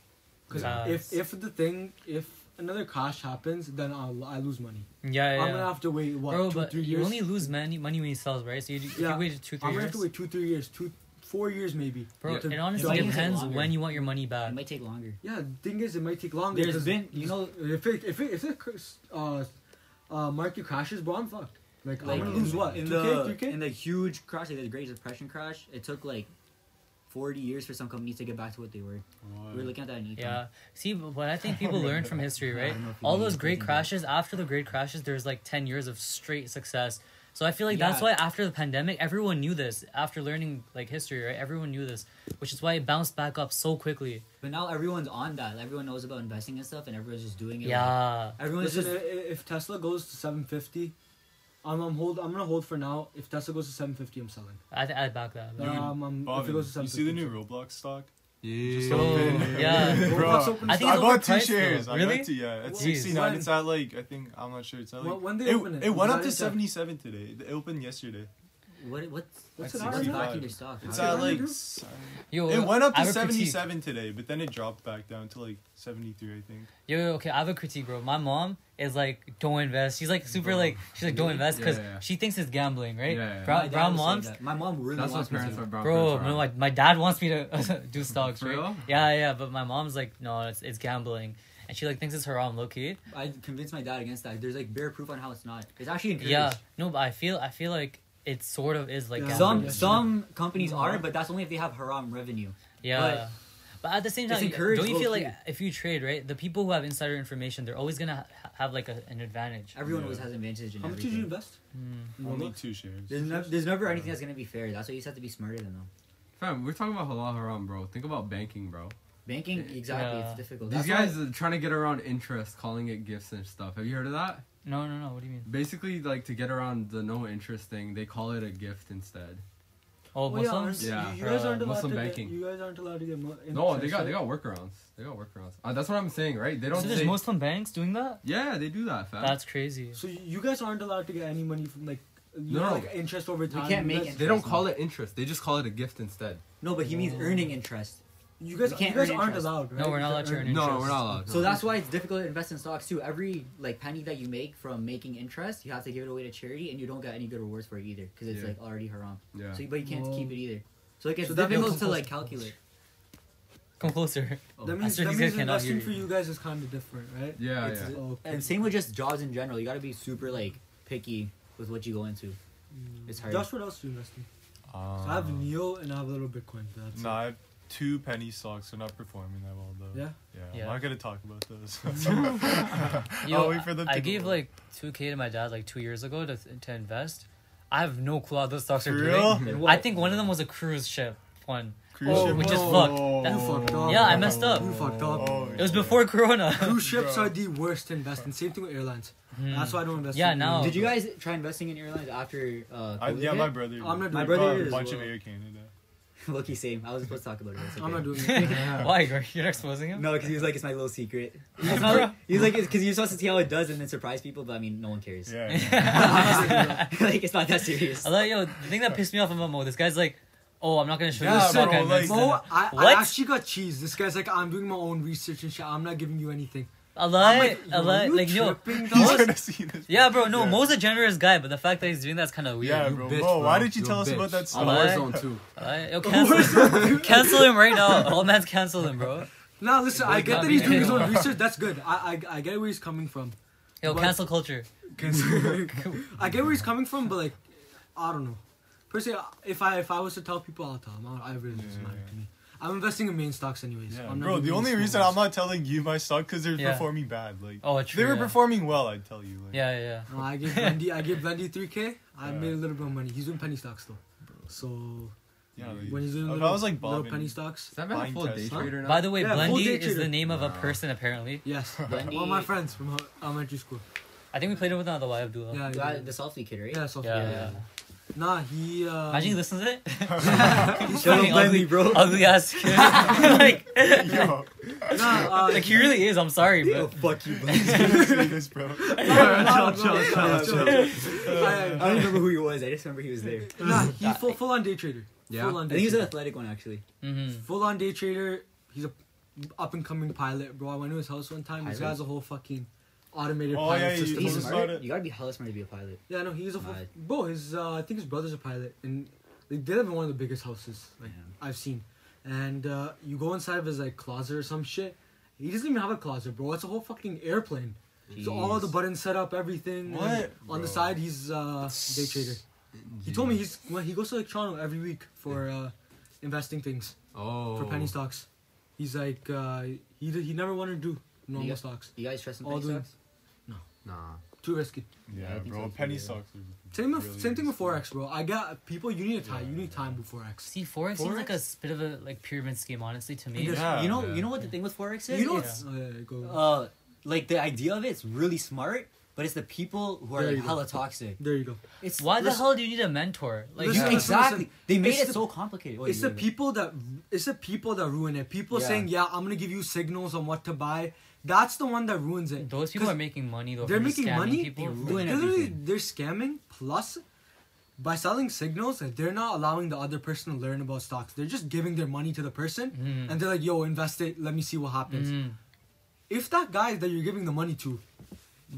Speaker 5: Because
Speaker 1: Yeah.
Speaker 5: if if the thing if another crash happens, then I'll I lose money.
Speaker 1: Yeah, yeah.
Speaker 5: I'm gonna
Speaker 1: yeah.
Speaker 5: have to wait what
Speaker 1: bro,
Speaker 5: two
Speaker 1: but
Speaker 5: three
Speaker 1: you
Speaker 5: years.
Speaker 1: only lose money money when you sell, right? So you, if
Speaker 5: Yeah.
Speaker 1: you waited two three
Speaker 5: I'm gonna
Speaker 1: years.
Speaker 5: have to wait two three years, two four years maybe.
Speaker 1: Bro,
Speaker 5: to-
Speaker 1: it
Speaker 5: to-
Speaker 1: honestly
Speaker 3: It might
Speaker 1: depends
Speaker 3: take longer.
Speaker 1: when you want your money
Speaker 3: It
Speaker 1: back.
Speaker 3: might take longer.
Speaker 5: Yeah, the thing is, it might take longer.
Speaker 3: There's
Speaker 5: 'cause
Speaker 3: been- you know-
Speaker 5: if it, if it, if the cr- uh, uh, market crashes, bro, I'm fucked. Like,
Speaker 3: Like,
Speaker 5: I'm gonna lose what?
Speaker 3: in
Speaker 5: 2K,
Speaker 3: the
Speaker 5: 3K?
Speaker 3: in the huge crash, like the Great Depression crash, it took like 40 years for some companies to get back to what they were. We were looking at that in econ.
Speaker 1: Yeah. See, but what I think people learn from history,
Speaker 3: I
Speaker 1: right?
Speaker 3: don't know if you
Speaker 1: All
Speaker 3: need
Speaker 1: those
Speaker 3: to
Speaker 1: great
Speaker 3: think about it.
Speaker 1: crashes, after the great crashes, there's like 10 years of straight success. So I feel like that's
Speaker 3: Yeah.
Speaker 1: why after the pandemic, everyone knew this. After learning like history, right? Everyone knew this, which is why it bounced back up so quickly.
Speaker 3: But now everyone's on that. Everyone knows about investing and stuff, and everyone's just doing it.
Speaker 1: Yeah.
Speaker 3: Everyone's
Speaker 5: Listen,
Speaker 3: just
Speaker 5: i- i- if Tesla goes to 750, I'm, I'm hold. I'm gonna hold for now. If Tesla goes to 750, I'm selling.
Speaker 1: I th- I back that.
Speaker 4: Dude,
Speaker 5: um, um, if it
Speaker 4: Bobby,
Speaker 5: goes to
Speaker 4: you see the
Speaker 5: 750,
Speaker 4: new Roblox stock?
Speaker 2: Yeah.
Speaker 1: So- yeah.
Speaker 4: Bro,
Speaker 5: Roblox opened
Speaker 1: I
Speaker 5: I
Speaker 1: think
Speaker 4: I
Speaker 1: it's
Speaker 4: bought two
Speaker 1: overpriced though.
Speaker 4: shares. I
Speaker 1: Really?
Speaker 4: got two, yeah. It's
Speaker 1: Jeez.
Speaker 4: 69.
Speaker 5: When?
Speaker 4: It's at like, I think, I'm not sure. It's at like.
Speaker 5: Wh- when they
Speaker 4: it,
Speaker 5: open it?
Speaker 4: went up
Speaker 5: Why
Speaker 4: to
Speaker 5: is that-
Speaker 4: 77 today. It opened yesterday.
Speaker 6: What what
Speaker 5: What's it
Speaker 4: At
Speaker 6: what's
Speaker 5: hard
Speaker 4: 65.
Speaker 5: enough?
Speaker 6: backing your stock?
Speaker 4: It's
Speaker 5: Okay,
Speaker 4: at
Speaker 5: what do you
Speaker 4: like.
Speaker 5: do?
Speaker 4: s-
Speaker 1: Yo,
Speaker 4: It went up
Speaker 1: I
Speaker 4: to
Speaker 1: have a critique.
Speaker 4: 77 today, but then it dropped back down to like 73, I think.
Speaker 1: Yo, yo, okay, I have a critique, bro. My mom is like, don't invest. She's like super
Speaker 2: Bro.
Speaker 1: like, she's like, don't invest because
Speaker 2: Yeah, yeah, yeah.
Speaker 1: she thinks it's gambling, right?
Speaker 2: Yeah, yeah.
Speaker 1: Brown,
Speaker 6: My dad
Speaker 1: brown
Speaker 6: was like
Speaker 1: moms,
Speaker 6: that. My mom really
Speaker 2: That's what
Speaker 6: wants me
Speaker 2: parents
Speaker 6: to.
Speaker 2: are brown
Speaker 1: bro.
Speaker 2: parents are.
Speaker 1: No, my, my dad wants me to do stocks,
Speaker 2: For
Speaker 1: right?
Speaker 2: real?
Speaker 1: Yeah, yeah. But my mom's like, no, it's, it's gambling, and she like thinks it's haram, low key.
Speaker 6: I convinced my dad against that. There's like bare proof on how it's not. It's actually encouraged.
Speaker 1: Yeah, no, but I feel I feel like it sort of is like
Speaker 5: Yeah.
Speaker 1: gambling.
Speaker 6: Some
Speaker 5: Yeah.
Speaker 6: some companies are, but that's only if they have haram revenue.
Speaker 1: Yeah.
Speaker 6: But-
Speaker 1: But, at the same
Speaker 6: It's
Speaker 1: time,
Speaker 6: encouraged
Speaker 1: don't you feel like
Speaker 6: low-key.
Speaker 1: if you trade, right, the people who have insider information, they're always gonna ha- have like a, an advantage.
Speaker 6: Everyone
Speaker 4: Yeah.
Speaker 6: always has advantage in
Speaker 5: How much
Speaker 6: everything.
Speaker 5: did you invest?
Speaker 1: Hmm.
Speaker 5: in
Speaker 4: Only
Speaker 5: Roblox?
Speaker 4: two shares.
Speaker 6: There's, nev- there's never anything that's gonna be fair. That's why you just have to be smarter than them.
Speaker 2: Fam, we're talking about halal haram, bro. Think about banking, bro.
Speaker 6: Banking, exactly,
Speaker 1: Yeah.
Speaker 6: it's difficult.
Speaker 2: These
Speaker 6: That's why-
Speaker 2: guys are trying to get around interest, calling it gifts and stuff. Have you heard of that?
Speaker 1: No, no, no. What do you mean?
Speaker 2: Basically, like to get around the no interest thing, they call it a gift instead.
Speaker 1: Oh,
Speaker 5: Oh, yeah,
Speaker 1: Muslims.
Speaker 5: aren't-
Speaker 2: Yeah.
Speaker 5: You, you guys
Speaker 1: Uh,
Speaker 5: aren't allowed
Speaker 2: Muslim
Speaker 5: to
Speaker 2: banking.
Speaker 5: Get, you guys aren't allowed to get mo-
Speaker 2: No, they
Speaker 5: interest,
Speaker 2: got they
Speaker 5: right?
Speaker 2: got workarounds. They got workarounds. Uh, that's what I'm saying, right? They
Speaker 1: So
Speaker 2: don't say.
Speaker 1: there's Muslim banks doing that?
Speaker 2: yeah, they do that, fam.
Speaker 1: That's crazy.
Speaker 5: So you you guys aren't allowed to get any money from like, you
Speaker 2: No.
Speaker 5: know, like interest over time.
Speaker 6: can't
Speaker 5: You
Speaker 6: make
Speaker 5: guys-
Speaker 2: they don't call it interest. They just call it a gift instead.
Speaker 6: no, but he means earning interest.
Speaker 5: You guys,
Speaker 6: We can't
Speaker 5: you guys
Speaker 6: earn
Speaker 5: aren't
Speaker 6: interest.
Speaker 5: allowed, right?
Speaker 1: No, we're not
Speaker 5: You
Speaker 1: allowed to earn
Speaker 2: No, no, we're not allowed.
Speaker 6: So that's why it's difficult to invest in stocks too. Every like penny that you make from making interest, you have to give it away to charity, and you don't get any good rewards for it either because it's
Speaker 2: Yeah.
Speaker 6: like already haram.
Speaker 2: Yeah.
Speaker 6: So, but you can't
Speaker 5: Whoa.
Speaker 6: keep it either. So like it's
Speaker 5: So that
Speaker 6: difficult
Speaker 5: becomes
Speaker 6: to like
Speaker 5: compulsory.
Speaker 6: calculate.
Speaker 1: Come closer.
Speaker 5: That means,
Speaker 1: sure
Speaker 5: that
Speaker 1: these
Speaker 5: means
Speaker 1: guys cannot
Speaker 5: investing
Speaker 1: hear
Speaker 5: for
Speaker 1: you.
Speaker 5: you guys is kind of different, right?
Speaker 2: Yeah,
Speaker 6: It's-
Speaker 2: yeah.
Speaker 5: Okay.
Speaker 6: And same with just jobs in general. You gotta be super like picky with what you go into.
Speaker 5: Mm.
Speaker 6: It's hard.
Speaker 5: Josh, what else do you invest in? So I have Neo and I have a little Bitcoin. but That's
Speaker 4: Nah,
Speaker 5: it.
Speaker 4: Um, I have two penny stocks. They're not performing that well, though.
Speaker 5: Yeah?
Speaker 4: Yeah,
Speaker 1: Yeah.
Speaker 4: I'm not going to talk about those.
Speaker 1: Yo,
Speaker 4: I'll wait for them to
Speaker 1: I
Speaker 4: go
Speaker 1: gave
Speaker 4: up.
Speaker 1: like 2k to my dad like two years ago to, to invest. I have no clue how those stocks are
Speaker 4: For
Speaker 1: doing.
Speaker 4: real?
Speaker 1: I think one of them was a cruise ship one.
Speaker 4: Cruise
Speaker 5: Oh,
Speaker 4: ship
Speaker 5: which
Speaker 1: is
Speaker 4: was-
Speaker 1: fucked.
Speaker 4: Oh.
Speaker 1: That-
Speaker 5: You fucked up.
Speaker 1: Yeah, I messed up.
Speaker 5: You fucked up.
Speaker 4: Oh,
Speaker 1: It was before Corona.
Speaker 5: Cruise ships
Speaker 4: Bro.
Speaker 5: are the worst to invest in. Same thing with airlines.
Speaker 1: Hmm.
Speaker 5: That's why I don't invest.
Speaker 1: Yeah,
Speaker 5: in
Speaker 1: now-
Speaker 5: Did
Speaker 6: Did you guys try investing in airlines after? Uh,
Speaker 4: I,
Speaker 6: COVID
Speaker 4: yeah,
Speaker 6: hit?
Speaker 4: my brother.
Speaker 5: Oh, I'm not
Speaker 4: we
Speaker 5: doing
Speaker 4: bought
Speaker 6: that.
Speaker 4: a bunch
Speaker 6: as
Speaker 4: of
Speaker 6: well.
Speaker 4: Air Canada.
Speaker 6: Lucky same. I was supposed to talk about it. it's
Speaker 5: I'm
Speaker 6: okay.
Speaker 5: not doing it.
Speaker 1: Why, Greg? You're exposing him?
Speaker 6: No, because he was like, it's my little secret. It's not like, he's like, because you're supposed to see how it does and then surprise people, but I mean, no one cares.
Speaker 4: Yeah. yeah.
Speaker 6: like, it's not that serious.
Speaker 1: I like, yo, the thing that pissed me off about Mo, this guy's like, oh, I'm not gonna show you
Speaker 4: Yeah,
Speaker 1: the stock
Speaker 4: bro,
Speaker 1: I
Speaker 4: like-
Speaker 1: invested in."
Speaker 5: Mo, I, I
Speaker 1: What?
Speaker 5: actually got cheese. This guy's like, I'm doing my own research and shit. I'm not giving you anything.
Speaker 1: A
Speaker 5: I'm
Speaker 1: lie,
Speaker 5: like,
Speaker 1: a lie,
Speaker 5: you
Speaker 1: like, yo.
Speaker 5: tripping, dog?
Speaker 4: He's
Speaker 1: Most-
Speaker 4: gonna see this.
Speaker 1: Yeah, bro, no,
Speaker 4: Yeah.
Speaker 1: Mo's a generous guy, but the fact that he's doing that's kind of weird.
Speaker 4: Yeah,
Speaker 2: You
Speaker 4: bro.
Speaker 2: bitch,
Speaker 4: Mo, why
Speaker 2: bro.
Speaker 4: did you
Speaker 2: You
Speaker 4: tell us
Speaker 2: bitch.
Speaker 4: about that
Speaker 2: On
Speaker 4: stock?
Speaker 1: Alright.
Speaker 2: Warzone too.
Speaker 1: Alright, yo, cancel, cancel him right now. All man's cancel him, bro.
Speaker 5: Nah, listen, I get
Speaker 1: God,
Speaker 5: that he's doing his
Speaker 1: yeah.
Speaker 5: own research. That's good. I, I, I get where he's coming from.
Speaker 1: Yo,
Speaker 5: But-
Speaker 1: cancel culture.
Speaker 5: I get where he's coming from, but like, I don't know. Personally, if I if I was to tell people, I'll tell them. I, I really doesn't
Speaker 4: Yeah.
Speaker 5: matter to me. I'm investing in main stocks anyways.
Speaker 4: Yeah,
Speaker 5: I'm not
Speaker 4: bro.
Speaker 5: doing
Speaker 4: The only
Speaker 5: small
Speaker 4: reason
Speaker 5: ones.
Speaker 4: I'm not telling you my stock because they're
Speaker 1: Yeah.
Speaker 4: performing bad. Like
Speaker 1: Oh,
Speaker 4: if
Speaker 1: true.
Speaker 4: they were
Speaker 1: yeah.
Speaker 4: performing well, I'd tell you. Like,
Speaker 1: Yeah, yeah, yeah.
Speaker 5: No, I gave Wendy. I gave Wendy three k. I
Speaker 4: Yeah.
Speaker 5: made a little bit of money. He's doing penny stocks though. So
Speaker 4: yeah. Like,
Speaker 5: when he's doing
Speaker 4: if
Speaker 5: little,
Speaker 4: I was like
Speaker 5: little
Speaker 4: Bob,
Speaker 5: penny stocks,
Speaker 2: Is that man a
Speaker 4: Buying
Speaker 2: full day
Speaker 4: Tesla.
Speaker 2: trader now?
Speaker 1: By the way,
Speaker 5: Yeah, full
Speaker 1: Blendy
Speaker 5: day
Speaker 1: is the
Speaker 5: trader.
Speaker 1: name of a
Speaker 2: Wow.
Speaker 1: person apparently.
Speaker 5: yes.
Speaker 6: Wendy-
Speaker 5: All my friends from ho- elementary school.
Speaker 1: I think we played it with another Y
Speaker 4: Oh,
Speaker 1: Abdullah.
Speaker 5: Yeah, yeah.
Speaker 6: That, the selfie kid, right?
Speaker 5: yeah,
Speaker 1: yeah,
Speaker 5: so
Speaker 1: yeah.
Speaker 5: Nah, he. Uh,
Speaker 1: Imagine he listens to it. He's
Speaker 6: Yo,
Speaker 1: fucking
Speaker 6: Blendy,
Speaker 1: ugly,
Speaker 6: bro.
Speaker 1: ugly ass kid. like,
Speaker 4: yo,
Speaker 5: Nah, uh,
Speaker 1: like he really is. I'm sorry, bro.
Speaker 6: Oh, fuck you, bro.
Speaker 4: he's gonna see this, bro.
Speaker 5: nah,
Speaker 2: Chill,
Speaker 5: nah,
Speaker 2: chill,
Speaker 5: nah,
Speaker 2: chill,
Speaker 5: nah, I-
Speaker 6: I
Speaker 5: I-
Speaker 6: don't remember who he was. I just remember he was there.
Speaker 5: Nah, he full full on day trader.
Speaker 2: Yeah.
Speaker 5: Full on
Speaker 6: I
Speaker 5: day
Speaker 6: think he was an
Speaker 5: trader.
Speaker 6: athletic one, actually.
Speaker 1: Mm-hmm.
Speaker 5: Full on Mm. day trader. He's a up and coming pilot, bro. I went to his house one time. This guy
Speaker 6: Pilot?
Speaker 5: has a whole fucking automated
Speaker 4: Oh,
Speaker 5: pilot
Speaker 4: yeah, you-
Speaker 5: system.
Speaker 4: you
Speaker 5: on
Speaker 6: He's
Speaker 5: his-
Speaker 4: just-
Speaker 6: smart. You gotta be hella smart to be a pilot.
Speaker 5: yeah, no, he's a full,
Speaker 6: Nice.
Speaker 5: bro. His uh, I think his brother's a pilot, and they they live in one of the biggest houses like
Speaker 6: Yeah.
Speaker 5: I've seen. And uh, you go inside of his like closet or some shit. He doesn't even have a closet, bro. It's a whole fucking airplane. So all
Speaker 6: Jeez.
Speaker 5: the buttons set up, everything. and
Speaker 4: What?
Speaker 5: On the side, he's uh, day trader. He told me he's well, he goes to like Toronto every week for uh, investing things
Speaker 2: Oh.
Speaker 5: for penny stocks. He's like uh, he he never wanted to do normal
Speaker 6: Yeah.
Speaker 5: stocks.
Speaker 6: You guys trust in
Speaker 5: All
Speaker 6: penny
Speaker 5: the-
Speaker 6: stocks?
Speaker 2: Nah.
Speaker 5: Too risky.
Speaker 4: Yeah,
Speaker 6: I think
Speaker 4: bro.
Speaker 6: so,
Speaker 4: Penny
Speaker 6: yeah.
Speaker 4: stocks. Are
Speaker 5: Same with,
Speaker 4: really
Speaker 5: same thing with
Speaker 4: risky.
Speaker 5: forex, bro. I got people. You need a time. You need time with forex.
Speaker 1: See, forex, seems like a
Speaker 5: Forex?
Speaker 1: bit of a like pyramid scheme, honestly, to me.
Speaker 5: Because-
Speaker 4: Yeah.
Speaker 6: you know,
Speaker 2: Yeah.
Speaker 6: you know what the thing with forex is.
Speaker 5: You know,
Speaker 1: Yeah.
Speaker 5: what's- uh, go.
Speaker 6: uh, like the idea of it's really smart, but it's the people who are
Speaker 5: There
Speaker 6: like
Speaker 5: you go.
Speaker 6: hella toxic.
Speaker 5: There you go.
Speaker 6: It's
Speaker 1: Why the
Speaker 5: Listen-
Speaker 1: hell do you need a mentor? Like,
Speaker 6: You-
Speaker 5: Listen,
Speaker 1: you-
Speaker 5: listen,
Speaker 6: exactly.
Speaker 5: listen.
Speaker 6: They made
Speaker 5: It's
Speaker 6: it
Speaker 5: the-
Speaker 6: so complicated. Oh,
Speaker 5: it's
Speaker 6: you
Speaker 5: the
Speaker 6: were-
Speaker 5: people that it's the people that ruin it. People
Speaker 6: Yeah.
Speaker 5: saying, "Yeah, I'm gonna give you signals on what to buy." That's the one that ruins it.
Speaker 1: those people
Speaker 5: 'Cause
Speaker 1: are making money though.
Speaker 5: they're
Speaker 1: from
Speaker 5: making
Speaker 1: scamming
Speaker 5: money.
Speaker 1: People.
Speaker 6: They
Speaker 5: They're
Speaker 6: ruin
Speaker 5: literally-
Speaker 6: everything.
Speaker 5: they're scamming. Plus, by selling signals, they're not allowing the other person to learn about stocks. They're just giving their money to the person,
Speaker 6: Mm-hmm.
Speaker 1: Mhm.
Speaker 5: and they're like, "Yo, invest it. Let me see what happens."
Speaker 1: Mhm.
Speaker 5: If that guy that you're giving the money to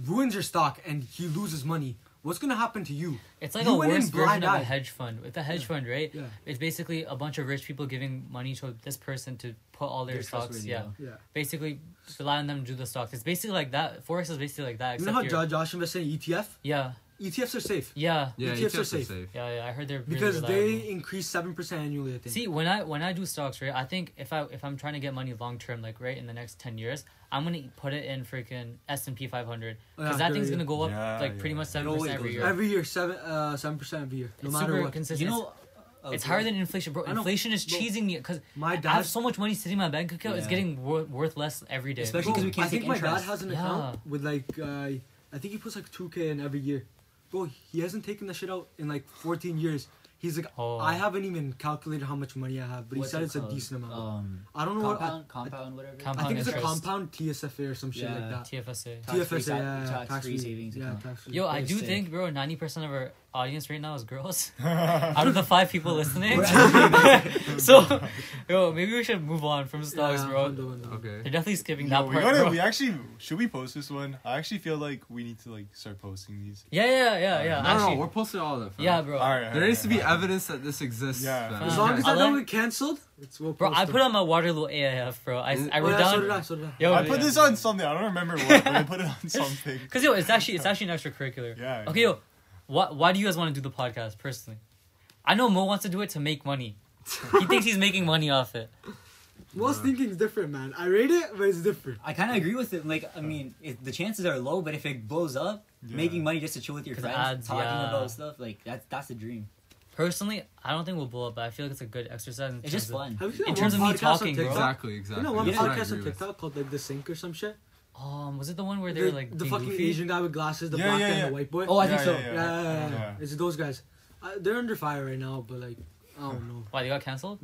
Speaker 5: ruins your stock and he loses money, what's gonna happen to you?
Speaker 1: It's like
Speaker 5: You
Speaker 1: a
Speaker 5: went in
Speaker 1: worse version
Speaker 5: blind
Speaker 1: of a
Speaker 5: eye.
Speaker 1: hedge fund. With a hedge fund, right?
Speaker 5: Yeah.
Speaker 1: It's basically a bunch of rich people giving money to this person to put all their
Speaker 6: They're
Speaker 1: stocks.
Speaker 6: trustworthy,
Speaker 1: Yeah.
Speaker 6: yeah.
Speaker 5: Yeah.
Speaker 1: Basically, rely on them to do the stocks. It's basically like that. Forex is basically like that.
Speaker 5: You
Speaker 1: Except
Speaker 5: know how
Speaker 1: you're-
Speaker 5: Jo- Josh invested in ETF?
Speaker 1: Yeah.
Speaker 5: ETFs E are safe
Speaker 1: Yeah.
Speaker 2: Yeah,
Speaker 5: ETFs
Speaker 2: ETFs,
Speaker 5: are
Speaker 2: are
Speaker 5: safe.
Speaker 2: safe.
Speaker 1: Yeah. Yeah. I heard they're really
Speaker 5: because
Speaker 1: reliable.
Speaker 5: they increase seven percent annually. I think.
Speaker 1: See, when I when I do stocks, right, I think if I if I'm trying to get money long term, like right in the next ten years, I'm gonna put it in freaking S and P 500 because
Speaker 5: Yeah,
Speaker 1: that thing's
Speaker 5: yeah.
Speaker 1: gonna go up
Speaker 4: Yeah,
Speaker 1: like pretty
Speaker 4: yeah.
Speaker 1: much
Speaker 4: It
Speaker 1: seven
Speaker 6: always
Speaker 1: percent every
Speaker 6: goes
Speaker 1: year.
Speaker 6: up.
Speaker 5: every year seven uh seven percent every year, no
Speaker 1: it's
Speaker 5: matter
Speaker 1: super
Speaker 5: what.
Speaker 1: consistent.
Speaker 6: You know, uh,
Speaker 1: it's
Speaker 6: uh,
Speaker 1: higher than inflation, bro.
Speaker 5: I know,
Speaker 1: Inflation is
Speaker 5: bro.
Speaker 1: cheesing me because
Speaker 5: My
Speaker 1: I have
Speaker 5: dad,
Speaker 1: so much money sitting in my bank account. It's
Speaker 6: Yeah.
Speaker 1: getting wor- worth less every day.
Speaker 6: Especially- because we can't
Speaker 5: I think
Speaker 6: take
Speaker 5: my dad
Speaker 6: interest.
Speaker 5: has an account with like uh, I think he puts like two k in every year. Bro, he hasn't taken that shit out in like fourteen years. He's like,
Speaker 1: Oh.
Speaker 5: I haven't even calculated how much money I have, but he
Speaker 6: what's
Speaker 5: said
Speaker 6: it
Speaker 5: it's
Speaker 6: called?
Speaker 5: a decent amount.
Speaker 1: Oh.
Speaker 6: Um,
Speaker 5: I don't know what. I,
Speaker 6: compound, compound, whatever.
Speaker 1: Compound
Speaker 5: I think it's a
Speaker 1: interest.
Speaker 5: compound TSFA or some shit
Speaker 6: Yeah.
Speaker 5: like that.
Speaker 1: TFSA.
Speaker 6: Tax-free
Speaker 5: TFSA,
Speaker 6: sa-
Speaker 5: yeah, yeah,
Speaker 6: tax-free
Speaker 5: tax-free.
Speaker 6: savings
Speaker 5: yeah,
Speaker 6: account.
Speaker 5: tax-free.
Speaker 1: Yo, I
Speaker 6: They're
Speaker 1: do
Speaker 6: sick.
Speaker 1: think, bro, ninety percent of our audience right now is girls. Out of the five people listening, so, yo, maybe we should move on from stocks,
Speaker 5: Yeah,
Speaker 1: bro.
Speaker 5: one though, one though.
Speaker 2: Okay.
Speaker 1: They're definitely skipping
Speaker 4: Yo,
Speaker 1: that
Speaker 4: we
Speaker 1: part.
Speaker 4: gotta-
Speaker 1: bro.
Speaker 4: we actually should we post this one? I actually feel like we need to like start posting these.
Speaker 1: Yeah, yeah, yeah, yeah.
Speaker 2: No,
Speaker 1: actually,
Speaker 2: no, we're posting all of them. fam.
Speaker 1: yeah, bro.
Speaker 4: Alright,
Speaker 2: There
Speaker 4: alright,
Speaker 2: needs to be
Speaker 4: alright.
Speaker 2: evidence that this exists.
Speaker 4: Yeah.
Speaker 2: fam.
Speaker 5: As
Speaker 1: Uh,
Speaker 5: long as
Speaker 1: I
Speaker 5: I don't
Speaker 1: like-
Speaker 5: get cancelled, it's well. Oh,
Speaker 1: Bro, I put on my Waterloo AIF, bro. I, I wrote
Speaker 5: yeah,
Speaker 1: down.
Speaker 5: So did I. So did I.
Speaker 1: Yo,
Speaker 4: I put this on something. I don't remember what, but I put it on something.
Speaker 1: Cause yo, it's actually it's actually an extracurricular.
Speaker 4: Yeah.
Speaker 1: Okay, yo, why why do you guys want to do the podcast personally? I know Mo wants to do it to make money. he thinks he's making money off it.
Speaker 5: Most thinking is different, man. I rate it, but it's different.
Speaker 6: I kind of agree with it. Like, I mean, it, the chances are low, but if it blows up,
Speaker 4: Yeah.
Speaker 6: making money just to chill with your
Speaker 1: 'Cause
Speaker 6: friends,
Speaker 1: ads,
Speaker 6: talking
Speaker 1: yeah.
Speaker 6: about stuff, like that's that's the dream.
Speaker 1: Personally, I don't think we'll blow up, but I feel like it's a good exercise. in
Speaker 6: It's just
Speaker 1: terms
Speaker 6: fun.
Speaker 5: Have you seen
Speaker 1: In
Speaker 5: that
Speaker 1: terms of
Speaker 5: one
Speaker 1: me
Speaker 5: podcast on
Speaker 1: talking, bro.
Speaker 5: TikTok?
Speaker 2: Exactly, exactly.
Speaker 5: You know one
Speaker 6: Yeah, I
Speaker 5: podcast
Speaker 2: agree
Speaker 5: on
Speaker 2: with.
Speaker 5: TikTok called like the sink or some shit.
Speaker 1: of- Um, was it the one where they
Speaker 5: The-
Speaker 1: were like
Speaker 5: the
Speaker 1: being
Speaker 5: fucking
Speaker 1: goofy?
Speaker 5: Asian guy with glasses, the
Speaker 4: Yeah,
Speaker 5: black
Speaker 4: yeah,
Speaker 5: guy and
Speaker 4: yeah.
Speaker 5: the white boy.
Speaker 6: Oh, I think
Speaker 4: Yeah,
Speaker 6: so.
Speaker 4: yeah,
Speaker 5: yeah, yeah, yeah, yeah.
Speaker 4: Yeah.
Speaker 5: It's those guys. Uh, they're under fire right now, but like, I don't know.
Speaker 1: Why they got canceled?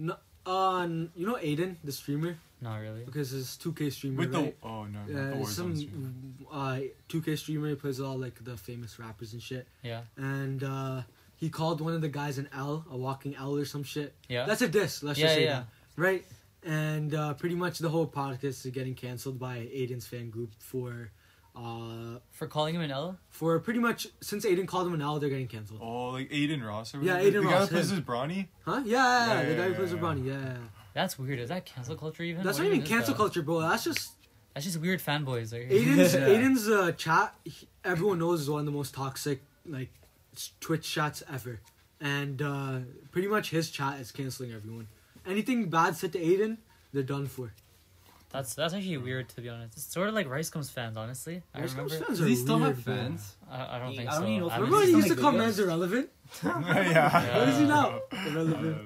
Speaker 5: Uh, n- you know Aiden, the streamer,
Speaker 1: Not really.
Speaker 5: because his 2K streamer,
Speaker 4: With
Speaker 5: right?
Speaker 4: the oh no, not the
Speaker 5: yeah,
Speaker 4: Warzone
Speaker 5: some
Speaker 4: stream.
Speaker 5: uh 2K streamer he plays all like the famous rappers and shit,
Speaker 1: Yeah,
Speaker 5: and uh he called one of the guys an L, a walking L or some shit.
Speaker 1: yeah.
Speaker 5: That's a diss. Let's just
Speaker 1: Yeah,
Speaker 5: say
Speaker 1: yeah.
Speaker 5: that, right? And uh, pretty much the whole podcast is getting canceled by Aiden's fan group for, uh,
Speaker 1: For calling him an L.
Speaker 5: for pretty much since Aiden called them an owl, they're getting canceled.
Speaker 4: Oh, like Aiden Ross or
Speaker 5: Yeah,
Speaker 4: whatever?
Speaker 5: Aiden
Speaker 4: the guy
Speaker 5: Ross,
Speaker 4: that plays
Speaker 5: him.
Speaker 4: his Brawny.
Speaker 5: Huh? Yeah,
Speaker 4: Yeah,
Speaker 5: the
Speaker 4: yeah,
Speaker 5: guy who
Speaker 4: yeah,
Speaker 5: plays
Speaker 4: yeah.
Speaker 5: with Bronny. Yeah, yeah.
Speaker 1: That's weird. Is that cancel culture even?
Speaker 5: That's
Speaker 1: What
Speaker 5: not even
Speaker 1: is
Speaker 5: cancel
Speaker 1: that?
Speaker 5: culture, bro. That's just
Speaker 1: That's just weird fanboys right here.
Speaker 5: Aiden's
Speaker 6: Yeah.
Speaker 5: Aiden's uh, chat. he- everyone knows is one of the most toxic like s- Twitch chats ever, and uh, pretty much his chat is canceling everyone. Anything bad said to Aiden, they're done for.
Speaker 1: That's that's actually weird to be honest. It's sort of like Rice Comes fans, honestly. I
Speaker 5: Rice Gum's
Speaker 1: remember.
Speaker 5: fans
Speaker 2: Does he
Speaker 5: are
Speaker 2: still have
Speaker 5: weird, bro.
Speaker 2: fans?
Speaker 1: I, I don't
Speaker 6: Yeah,
Speaker 1: think
Speaker 6: I
Speaker 1: so.
Speaker 6: don't even know if
Speaker 1: I
Speaker 6: Rice
Speaker 1: haven't
Speaker 5: Everybody
Speaker 6: Does he
Speaker 1: seen-
Speaker 5: used to
Speaker 6: still make
Speaker 5: call
Speaker 6: videos?
Speaker 5: Mans irrelevant.
Speaker 4: yeah. Oh,
Speaker 5: What is he
Speaker 1: Yeah.
Speaker 5: now?
Speaker 4: I don't
Speaker 5: Irrelevant.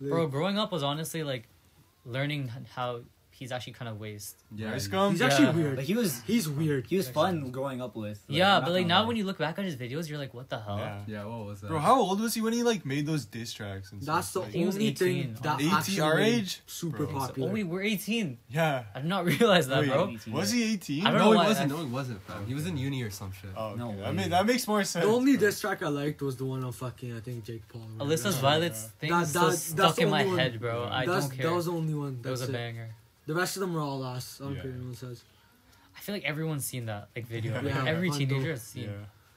Speaker 4: know.
Speaker 1: Bro, growing up was honestly like learning h- how he's actually kind of waste.
Speaker 2: Yeah.
Speaker 4: Rice
Speaker 2: he-
Speaker 4: gum?
Speaker 5: He's
Speaker 1: Yeah.
Speaker 5: actually
Speaker 6: But
Speaker 5: weird.
Speaker 6: he was
Speaker 5: He's weird.
Speaker 6: he was fun growing up with.
Speaker 1: yeah, but like now when you look back at his videos, you're like, what the hell?
Speaker 4: Yeah.
Speaker 2: Yeah. What was that?
Speaker 4: Bro, how old was he when he like made those diss tracks and
Speaker 5: That's the
Speaker 4: stuff?
Speaker 1: he
Speaker 5: only
Speaker 1: was 18,
Speaker 5: thing that
Speaker 4: honestly. 18
Speaker 5: actually
Speaker 4: our
Speaker 5: made him
Speaker 4: age?
Speaker 5: super
Speaker 4: Bro.
Speaker 5: popular.
Speaker 1: Oh, we were 18.
Speaker 4: yeah.
Speaker 1: I did not realize that,
Speaker 4: Wait,
Speaker 1: bro.
Speaker 4: Was he 18?
Speaker 1: I don't know
Speaker 2: No, he
Speaker 1: why I-
Speaker 2: wasn't. No, he wasn't, fam. He was in uni or some shit.
Speaker 4: Oh, okay.
Speaker 6: No
Speaker 4: I
Speaker 6: way.
Speaker 4: mean, that makes more sense.
Speaker 5: the only
Speaker 4: bro.
Speaker 5: diss track I liked was the one on fucking I think Jake Paul. or
Speaker 1: Alyssa's
Speaker 5: whatever.
Speaker 1: Violet's thing
Speaker 5: That-
Speaker 1: is still
Speaker 5: that- that's
Speaker 1: stuck
Speaker 5: the
Speaker 1: in my
Speaker 5: only one-
Speaker 1: head, bro. I
Speaker 5: That's-
Speaker 1: don't care.
Speaker 5: That was the only one.
Speaker 1: That was
Speaker 5: That's
Speaker 1: a
Speaker 5: it.
Speaker 1: banger.
Speaker 5: The rest of them were all ass. I don't
Speaker 4: Yeah.
Speaker 5: care what anyone says.
Speaker 1: I feel like everyone's seen that like video. Like,
Speaker 5: Yeah,
Speaker 1: every
Speaker 5: I
Speaker 1: teenager
Speaker 5: know.
Speaker 1: has seen.
Speaker 4: Yeah.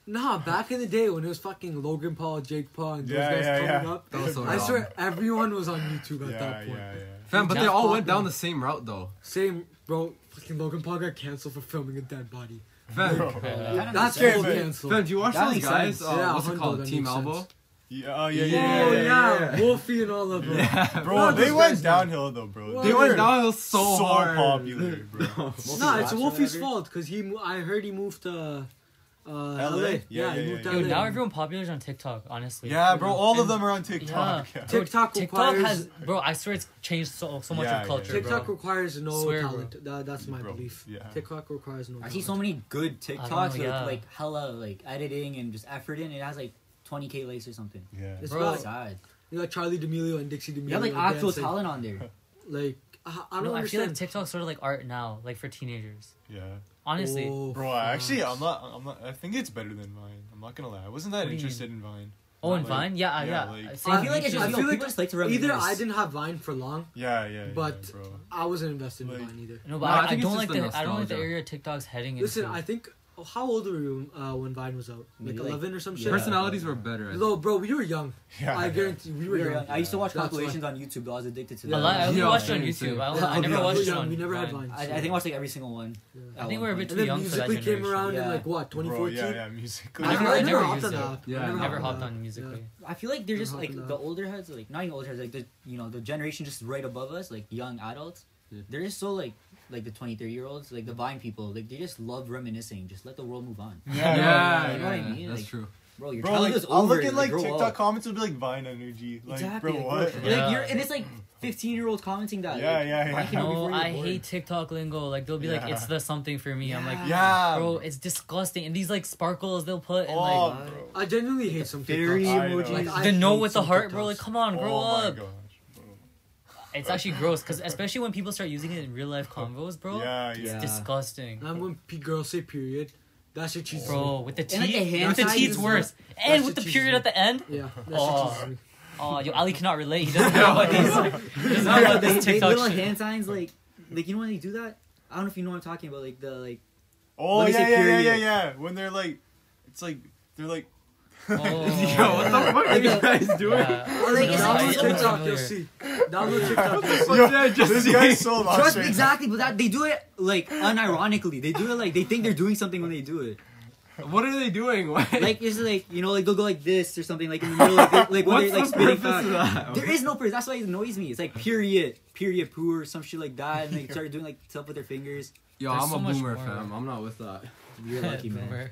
Speaker 5: Nah, back in the day when it was fucking Logan Paul, Jake Paul, and those
Speaker 4: Yeah,
Speaker 5: guys
Speaker 4: yeah,
Speaker 5: coming
Speaker 4: yeah.
Speaker 5: up,
Speaker 2: That was so
Speaker 5: I
Speaker 2: wrong.
Speaker 5: swear everyone was on YouTube at
Speaker 4: yeah,
Speaker 5: that point.
Speaker 4: yeah, yeah.
Speaker 2: Fam, but they
Speaker 1: That's
Speaker 2: all went
Speaker 5: popular.
Speaker 2: down the same route though.
Speaker 5: Same, bro. Fucking Logan Paul got canceled for filming a dead body.
Speaker 2: Fam,
Speaker 1: Yeah.
Speaker 6: Kinda
Speaker 5: That's
Speaker 6: makes
Speaker 5: all
Speaker 4: sense.
Speaker 5: canceled.
Speaker 2: fam, do you watch
Speaker 6: That
Speaker 2: those
Speaker 6: makes
Speaker 2: guys?
Speaker 6: sense.
Speaker 2: Uh,
Speaker 5: Yeah,
Speaker 2: what's it
Speaker 5: Hundo,
Speaker 2: called?
Speaker 5: that
Speaker 2: Team
Speaker 5: makes
Speaker 2: Elbow.
Speaker 5: sense.
Speaker 4: Yeah, oh,
Speaker 5: Oh
Speaker 4: yeah, yeah,
Speaker 5: yeah,
Speaker 4: yeah, yeah,
Speaker 5: Wolfie and all of them.
Speaker 4: yeah.
Speaker 5: All
Speaker 4: Bro,
Speaker 5: those
Speaker 4: they went
Speaker 5: guys, man.
Speaker 4: downhill though, bro.
Speaker 5: What?
Speaker 2: They
Speaker 5: They
Speaker 2: went
Speaker 5: were
Speaker 2: downhill so,
Speaker 4: so
Speaker 2: hard.
Speaker 4: popular, bro.
Speaker 5: Nah, it's
Speaker 6: Watch
Speaker 5: Wolfie's
Speaker 6: whatever.
Speaker 5: fault because he. Mo- I heard he moved to uh, LA.
Speaker 4: LA?
Speaker 5: Yeah, he
Speaker 4: Yeah, yeah,
Speaker 5: moved
Speaker 4: yeah,
Speaker 5: to
Speaker 1: Yo,
Speaker 4: yeah.
Speaker 5: LA.
Speaker 1: now everyone popular is on TikTok, honestly.
Speaker 4: Yeah, bro, all of
Speaker 5: And-
Speaker 4: them are on TikTok.
Speaker 1: Yeah.
Speaker 4: Yeah.
Speaker 1: Bro,
Speaker 5: TikTok
Speaker 1: TikTok
Speaker 5: requires-
Speaker 1: has bro. I swear it's changed so so much
Speaker 4: Yeah,
Speaker 1: of
Speaker 4: yeah,
Speaker 1: culture,
Speaker 4: yeah.
Speaker 5: TikTok
Speaker 1: bro.
Speaker 5: requires no
Speaker 1: Swear, bro.
Speaker 5: talent. Tha- that's my
Speaker 4: Bro,
Speaker 5: belief.
Speaker 4: yeah.
Speaker 5: TikTok requires no.
Speaker 6: I
Speaker 5: Talent.
Speaker 6: see so many good
Speaker 1: know,
Speaker 6: TikToks with
Speaker 1: yeah.
Speaker 6: like hella like editing and just effort in. It has like 20k likes or something.
Speaker 4: Yeah.
Speaker 5: It's
Speaker 1: Bro.
Speaker 5: bro.
Speaker 6: Sad.
Speaker 5: you got Charlie D'Amelio and Dixie D'Amelio.
Speaker 6: You have like actual
Speaker 5: dancing.
Speaker 6: talent on there.
Speaker 5: Like I, I don't
Speaker 1: No, I feel
Speaker 5: understand.
Speaker 1: like TikTok's sort of like art now, like for teenagers.
Speaker 4: Yeah.
Speaker 1: Honestly, oh,
Speaker 5: Oh,
Speaker 4: Bro, I actually,
Speaker 5: fuck.
Speaker 4: I'm not. I'm not. I think it's better than Vine. I'm not gonna lie. I wasn't
Speaker 1: What
Speaker 4: that
Speaker 1: do you
Speaker 4: interested in Vine.
Speaker 1: Oh, and
Speaker 4: Like,
Speaker 1: Vine, yeah, yeah.
Speaker 4: yeah, like-
Speaker 1: Same
Speaker 6: I feel
Speaker 1: features.
Speaker 6: like it's just
Speaker 5: I
Speaker 6: yo,
Speaker 5: feel
Speaker 6: people
Speaker 5: like
Speaker 6: just like to rub
Speaker 5: Either
Speaker 6: those.
Speaker 5: I didn't have Vine for long.
Speaker 4: Yeah, yeah. yeah,
Speaker 5: But-
Speaker 4: bro.
Speaker 5: I wasn't invested in
Speaker 4: Like-
Speaker 5: Vine either.
Speaker 1: no, but
Speaker 2: No,
Speaker 1: I,
Speaker 2: I
Speaker 1: I
Speaker 2: think it's
Speaker 1: don't like
Speaker 2: just
Speaker 1: the,
Speaker 2: the
Speaker 1: I don't like the
Speaker 2: nostalgia.
Speaker 1: area TikTok's heading.
Speaker 5: Listen,
Speaker 1: into.
Speaker 5: I think oh, how old were you uh, when Vine was out? Like
Speaker 6: Maybe, like,
Speaker 5: eleven or some shit.
Speaker 6: yeah.
Speaker 2: Personalities were better. I
Speaker 5: No, bro, we were young.
Speaker 4: Yeah.
Speaker 5: I
Speaker 4: yeah.
Speaker 5: guarantee we were young.
Speaker 6: I used to watch
Speaker 5: That's
Speaker 6: compilations on YouTube. But I was addicted to
Speaker 5: Yeah.
Speaker 1: I,
Speaker 6: them.
Speaker 1: li- I only
Speaker 2: Yeah,
Speaker 1: watched it on
Speaker 2: same,
Speaker 1: YouTube.
Speaker 2: same.
Speaker 1: I,
Speaker 5: Yeah,
Speaker 1: I never
Speaker 5: we were
Speaker 1: watched it
Speaker 5: young,
Speaker 1: on.
Speaker 5: We never had
Speaker 1: Vine.
Speaker 5: Vine.
Speaker 6: I, I
Speaker 5: so-
Speaker 6: think I watched like every single one.
Speaker 5: Yeah.
Speaker 1: I think
Speaker 6: one
Speaker 1: we're a
Speaker 6: point.
Speaker 1: bit
Speaker 5: And
Speaker 1: too
Speaker 5: then
Speaker 1: young for that
Speaker 5: musically came
Speaker 1: generation.
Speaker 5: around in
Speaker 6: Yeah.
Speaker 5: like what
Speaker 4: Bro,
Speaker 5: 2014.
Speaker 4: yeah, yeah. Musically.
Speaker 1: I never, I
Speaker 5: I
Speaker 1: never
Speaker 5: never
Speaker 1: used
Speaker 5: hopped
Speaker 1: it.
Speaker 5: on that.
Speaker 1: I
Speaker 2: Yeah,
Speaker 1: never,
Speaker 2: I never
Speaker 1: hopped
Speaker 5: hopped
Speaker 1: on
Speaker 5: on.
Speaker 1: musically.
Speaker 6: I feel like they're
Speaker 5: They're
Speaker 6: just like
Speaker 5: hopping
Speaker 6: the
Speaker 5: up.
Speaker 6: older heads, like not even older heads, like the you know the generation just right above us, like young adults.
Speaker 2: Yeah.
Speaker 6: They're just so like like the 20, 30 year olds, like the Vine people, like they just love reminiscing. Just let the world move on,
Speaker 4: Yeah,
Speaker 2: Yeah,
Speaker 4: yeah,
Speaker 2: yeah,
Speaker 4: yeah.
Speaker 6: know what I
Speaker 2: yeah,
Speaker 6: mean?
Speaker 2: that's
Speaker 6: Like,
Speaker 2: true.
Speaker 6: bro. Your
Speaker 4: Bro, like,
Speaker 6: childhood's
Speaker 4: I'll
Speaker 6: over.
Speaker 4: look at like
Speaker 6: grow
Speaker 4: TikTok
Speaker 6: up.
Speaker 4: comments will be like Vine energy. Like,
Speaker 6: exactly.
Speaker 4: bro,
Speaker 6: like,
Speaker 4: what?
Speaker 6: Like,
Speaker 1: Yeah.
Speaker 6: you're and it's like fifteen year old commenting that.
Speaker 4: Yeah,
Speaker 6: like,
Speaker 4: yeah,
Speaker 6: why
Speaker 4: yeah.
Speaker 6: can't you
Speaker 1: No,
Speaker 6: before you were
Speaker 1: I
Speaker 6: born?
Speaker 1: hate TikTok lingo. Like they'll be like,
Speaker 4: Yeah.
Speaker 1: "It's the something for me." I'm like,
Speaker 4: Yeah.
Speaker 1: bro, it's disgusting. And these like sparkles they'll put and
Speaker 4: Oh,
Speaker 1: like
Speaker 4: bro.
Speaker 5: I genuinely hate some
Speaker 6: Fairy
Speaker 5: TikToks.
Speaker 4: I know.
Speaker 6: emojis.
Speaker 5: Like, I
Speaker 1: the note
Speaker 5: hate
Speaker 1: with the
Speaker 5: some
Speaker 1: heart, bro.
Speaker 5: TikToks.
Speaker 1: Like, come on, grow
Speaker 4: oh
Speaker 1: up.
Speaker 4: my gosh, bro.
Speaker 1: It's actually gross because especially when people start using it in real life convos, bro.
Speaker 4: Yeah,
Speaker 1: It's
Speaker 4: yeah.
Speaker 1: disgusting.
Speaker 5: And when p- girls say period, that shit cheeses
Speaker 1: Bro, with the
Speaker 6: And, like, the
Speaker 1: teeth,
Speaker 6: hand
Speaker 1: with the
Speaker 5: signs
Speaker 1: teeth,
Speaker 5: is
Speaker 1: worse,
Speaker 5: that
Speaker 1: and
Speaker 5: shit
Speaker 1: with the
Speaker 5: cheeses
Speaker 1: period
Speaker 5: me.
Speaker 1: at the end.
Speaker 5: me. Yeah, that
Speaker 1: Oh.
Speaker 5: shit cheeses me.
Speaker 1: Oh, yo, Ali cannot relate. He doesn't know what he's like. He doesn't know what
Speaker 6: They-
Speaker 1: this
Speaker 6: they-
Speaker 1: TikTok
Speaker 6: little
Speaker 1: shit.
Speaker 6: hand signs like like you know when they do that. I don't know if you know what I'm talking about. Like the like
Speaker 4: Oh
Speaker 6: Let me
Speaker 4: yeah,
Speaker 6: say
Speaker 4: yeah, yeah,
Speaker 6: period.
Speaker 4: yeah, yeah. When they're like, it's like they're like,
Speaker 1: Oh.
Speaker 2: Yo, what the fuck are you guys doing?
Speaker 1: Yeah.
Speaker 5: Or like,
Speaker 1: Yeah.
Speaker 5: download
Speaker 1: Yeah.
Speaker 5: TikTok,
Speaker 1: Oh, Yeah.
Speaker 5: you'll see. Download TikTok, you'll see.
Speaker 2: Yo, just
Speaker 4: this
Speaker 2: see-
Speaker 4: guy's so lost.
Speaker 6: Trust
Speaker 4: right
Speaker 6: me,
Speaker 4: now.
Speaker 6: exactly, but that they do it like unironically. They do it like they think they're doing something when they do it.
Speaker 2: What are they doing? Why?
Speaker 6: Like it's like you know, like they'll go like this or something like in the middle, like, they- like when
Speaker 2: what's
Speaker 6: they're like
Speaker 2: the
Speaker 6: spitting
Speaker 2: purpose of
Speaker 6: facts.
Speaker 2: that?
Speaker 6: There is no purpose. That's why it annoys me. It's like period, period, poo or some shit like that, and they start doing like stuff with their fingers.
Speaker 2: Yo,
Speaker 1: There's
Speaker 2: I'm
Speaker 1: so
Speaker 2: a
Speaker 1: much
Speaker 2: boomer,
Speaker 1: more.
Speaker 2: fam. I'm not with that.
Speaker 6: You're lucky, man.
Speaker 1: Boomer.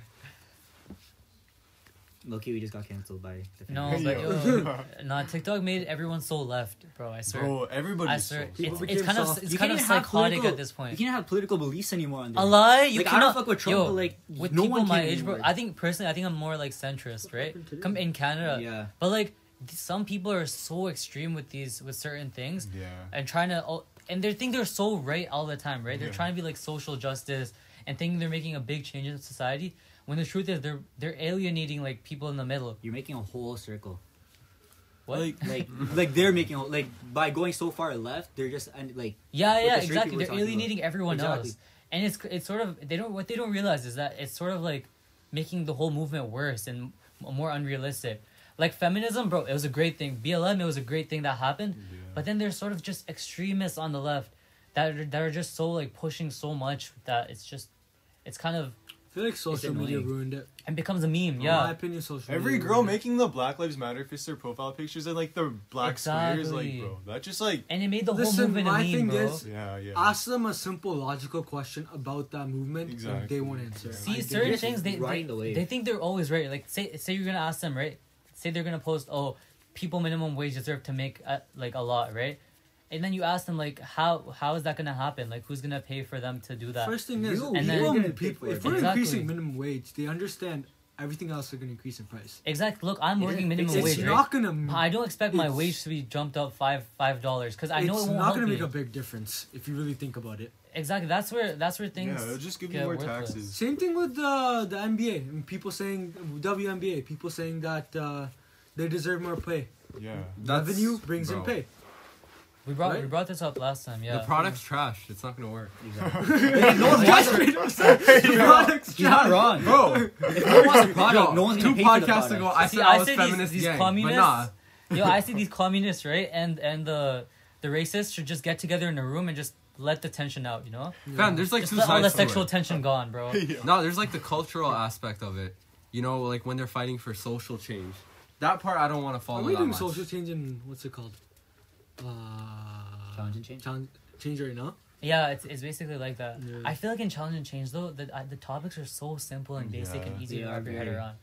Speaker 6: Lucky, we just got canceled by. The
Speaker 1: No,
Speaker 6: fingers.
Speaker 1: but
Speaker 4: Yo.
Speaker 1: yo, nah, TikTok made everyone so left, bro. I swear.
Speaker 4: Bro,
Speaker 1: I
Speaker 4: everybody's
Speaker 1: swear.
Speaker 4: so.
Speaker 1: It's,
Speaker 5: People
Speaker 1: it's
Speaker 5: became
Speaker 1: kind of
Speaker 5: soft.
Speaker 1: it's
Speaker 6: You
Speaker 1: kind
Speaker 6: can't
Speaker 1: of
Speaker 6: even have
Speaker 1: psychotic
Speaker 6: political-
Speaker 1: at this
Speaker 6: you
Speaker 1: point.
Speaker 6: can't have political beliefs anymore on there.
Speaker 1: A lie, you
Speaker 6: Like, I
Speaker 1: cannot
Speaker 6: don't fuck with Trump,
Speaker 1: yo,
Speaker 6: but like
Speaker 1: with
Speaker 6: no
Speaker 1: people
Speaker 6: one
Speaker 1: my
Speaker 6: can
Speaker 1: age, bro.
Speaker 6: anymore.
Speaker 1: I think personally, I think I'm more like centrist, right?
Speaker 5: happened today?
Speaker 1: Come in Canada,
Speaker 6: Yeah.
Speaker 1: But like th- some people are so extreme with these with certain things
Speaker 4: Yeah.
Speaker 1: and trying to oh, and they think they're so right all the time, right? They're
Speaker 4: Yeah.
Speaker 1: trying to be like social justice and thinking they're making a big change in society when the truth is they're they're alienating like people in the middle.
Speaker 6: You're making a whole circle.
Speaker 1: What?
Speaker 6: Like, like they're making a, like by going so far left, they're just and, like
Speaker 1: yeah,
Speaker 6: with
Speaker 1: yeah,
Speaker 6: the street
Speaker 1: exactly.
Speaker 6: we were
Speaker 1: They're
Speaker 6: talking about.
Speaker 1: alienating everyone
Speaker 6: Exactly.
Speaker 1: else. And it's it's sort of they don't what they don't realize is that it's sort of like making the whole movement worse and m- more unrealistic. Like feminism, bro, it was a great thing. BLM, it was a great thing that happened.
Speaker 4: Yeah.
Speaker 1: But then there's sort of just extremists on the left that are, that are just so like pushing so much that it's just it's kind of
Speaker 5: I feel like social media
Speaker 6: annoying.
Speaker 5: ruined it.
Speaker 1: and becomes a meme.
Speaker 5: In my
Speaker 1: Yeah,
Speaker 5: opinion, social
Speaker 4: Every
Speaker 5: media
Speaker 4: girl
Speaker 5: ruined it.
Speaker 4: making the Black Lives Matter their profile pictures and like the black squares, like
Speaker 1: Exactly.
Speaker 4: bro, that just like
Speaker 1: and it made the
Speaker 5: Listen,
Speaker 1: whole movement a
Speaker 5: my
Speaker 1: meme,
Speaker 5: thing
Speaker 1: bro.
Speaker 5: is-
Speaker 4: yeah, yeah.
Speaker 1: Ah,
Speaker 5: Ask them a simple logical question about that movement, and
Speaker 4: Exactly.
Speaker 5: they won't answer.
Speaker 1: See,
Speaker 6: Like, they're
Speaker 1: certain
Speaker 6: just
Speaker 1: things they they,
Speaker 6: riding the wave.
Speaker 1: they think they're always right. Like say say you're gonna ask them right, say they're gonna post oh people minimum wage deserve to make uh, like a lot right, and then you ask them like how how is that gonna happen? Like who's gonna pay for them to do that?
Speaker 5: First thing is,
Speaker 6: You-
Speaker 1: And then-
Speaker 5: minimum
Speaker 6: you're gonna pay
Speaker 5: people,
Speaker 6: for
Speaker 5: if
Speaker 6: it.
Speaker 5: we're
Speaker 1: Exactly.
Speaker 5: increasing minimum wage, they understand everything else are going to increase in price.
Speaker 1: Exactly. Look, I'm
Speaker 6: It
Speaker 1: working
Speaker 6: is-
Speaker 1: minimum
Speaker 5: It's
Speaker 1: wage. right?
Speaker 5: not going to.
Speaker 1: I don't expect my
Speaker 5: It's-
Speaker 1: wage to be jumped up five five dollars because I know
Speaker 5: it's
Speaker 1: it won't
Speaker 5: not
Speaker 1: help
Speaker 5: going to
Speaker 1: me.
Speaker 5: make a big difference if you really think about it.
Speaker 1: Exactly. That's where that's where
Speaker 4: yeah,
Speaker 1: things.
Speaker 4: it'll just give
Speaker 1: get
Speaker 4: you more
Speaker 1: worthless.
Speaker 4: taxes.
Speaker 5: Same thing with uh, the NBA. and People saying WNBA. People saying that uh, they deserve more pay.
Speaker 4: Yeah.
Speaker 2: That's-
Speaker 5: Revenue brings in
Speaker 2: bro.
Speaker 5: pay.
Speaker 1: we brought we
Speaker 5: right?
Speaker 1: brought this up last time. Yeah.
Speaker 2: The product's trash. It's not gonna work.
Speaker 6: no one's watching.
Speaker 5: Products
Speaker 6: You're not
Speaker 5: drive-
Speaker 6: wrong.
Speaker 2: Bro,
Speaker 6: If no one wants a product,
Speaker 2: yo,
Speaker 6: no one's
Speaker 2: two
Speaker 6: gonna pay for
Speaker 2: podcasts
Speaker 6: the product.
Speaker 2: ago, I
Speaker 1: See,
Speaker 2: said
Speaker 1: I
Speaker 2: I was
Speaker 1: said these-
Speaker 2: feminist
Speaker 1: these
Speaker 2: gang, but
Speaker 1: communists-
Speaker 2: nah.
Speaker 1: Yo, I see these communists right, and and the the racists should just get together in a room and just let the tension out. You know,
Speaker 2: Fam, there's like
Speaker 1: just
Speaker 2: two
Speaker 1: let all the
Speaker 2: sides to
Speaker 1: sexual
Speaker 2: it.
Speaker 1: tension gone, bro.
Speaker 4: yeah.
Speaker 2: No, there's like the cultural aspect of it. You know, like when they're fighting for social change. That part I don't want to
Speaker 5: Are
Speaker 2: follow
Speaker 5: we
Speaker 2: that
Speaker 5: doing
Speaker 2: much.
Speaker 5: social change in what's it called? Uh,
Speaker 6: Challenge and change?
Speaker 5: chan- change right now.
Speaker 1: Yeah, it's, it's basically like that.
Speaker 5: Yeah.
Speaker 1: I feel like in challenge and change though, the uh, the topics are so simple and basic and
Speaker 4: Yeah.
Speaker 1: easy to
Speaker 5: Yeah, I
Speaker 1: wrap your head
Speaker 5: agree.
Speaker 1: around.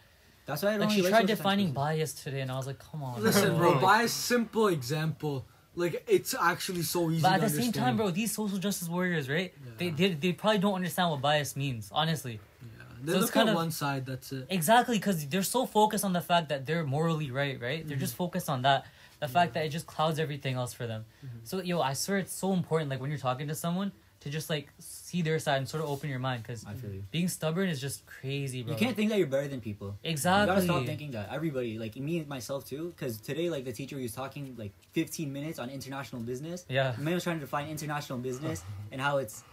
Speaker 6: That's why I don't
Speaker 1: Like she
Speaker 6: really
Speaker 1: tried
Speaker 6: social
Speaker 1: defining
Speaker 6: science
Speaker 1: bias today, and I was like, come on.
Speaker 5: Listen, bro, by a simple example, like it's actually so easy.
Speaker 1: But
Speaker 5: to
Speaker 1: at the same time,
Speaker 5: understand.
Speaker 1: bro, these social justice warriors, right? They,
Speaker 5: Yeah.
Speaker 1: they they probably don't understand what bias means, honestly.
Speaker 5: Yeah. They
Speaker 1: So it's
Speaker 5: look
Speaker 1: kind
Speaker 5: at
Speaker 1: of-
Speaker 5: one side. That's it.
Speaker 1: Exactly, because they're so focused on the fact that they're morally right, right? They're
Speaker 6: Mm-hmm.
Speaker 1: just focused on that. The fact that it just clouds everything else for them.
Speaker 6: Mm-hmm.
Speaker 1: So, yo, I swear it's so important, like, when you're talking to someone, to just, like, see their side and sort of open your mind, because
Speaker 6: I feel you.
Speaker 1: being stubborn is just crazy, bro.
Speaker 6: You can't think that you're better than people.
Speaker 1: Exactly.
Speaker 6: You gotta stop thinking that. Everybody, like me and myself too, because today, like the teacher was talking like 15 minutes on international business.
Speaker 1: Yeah.
Speaker 6: The man was trying to define international business and how it's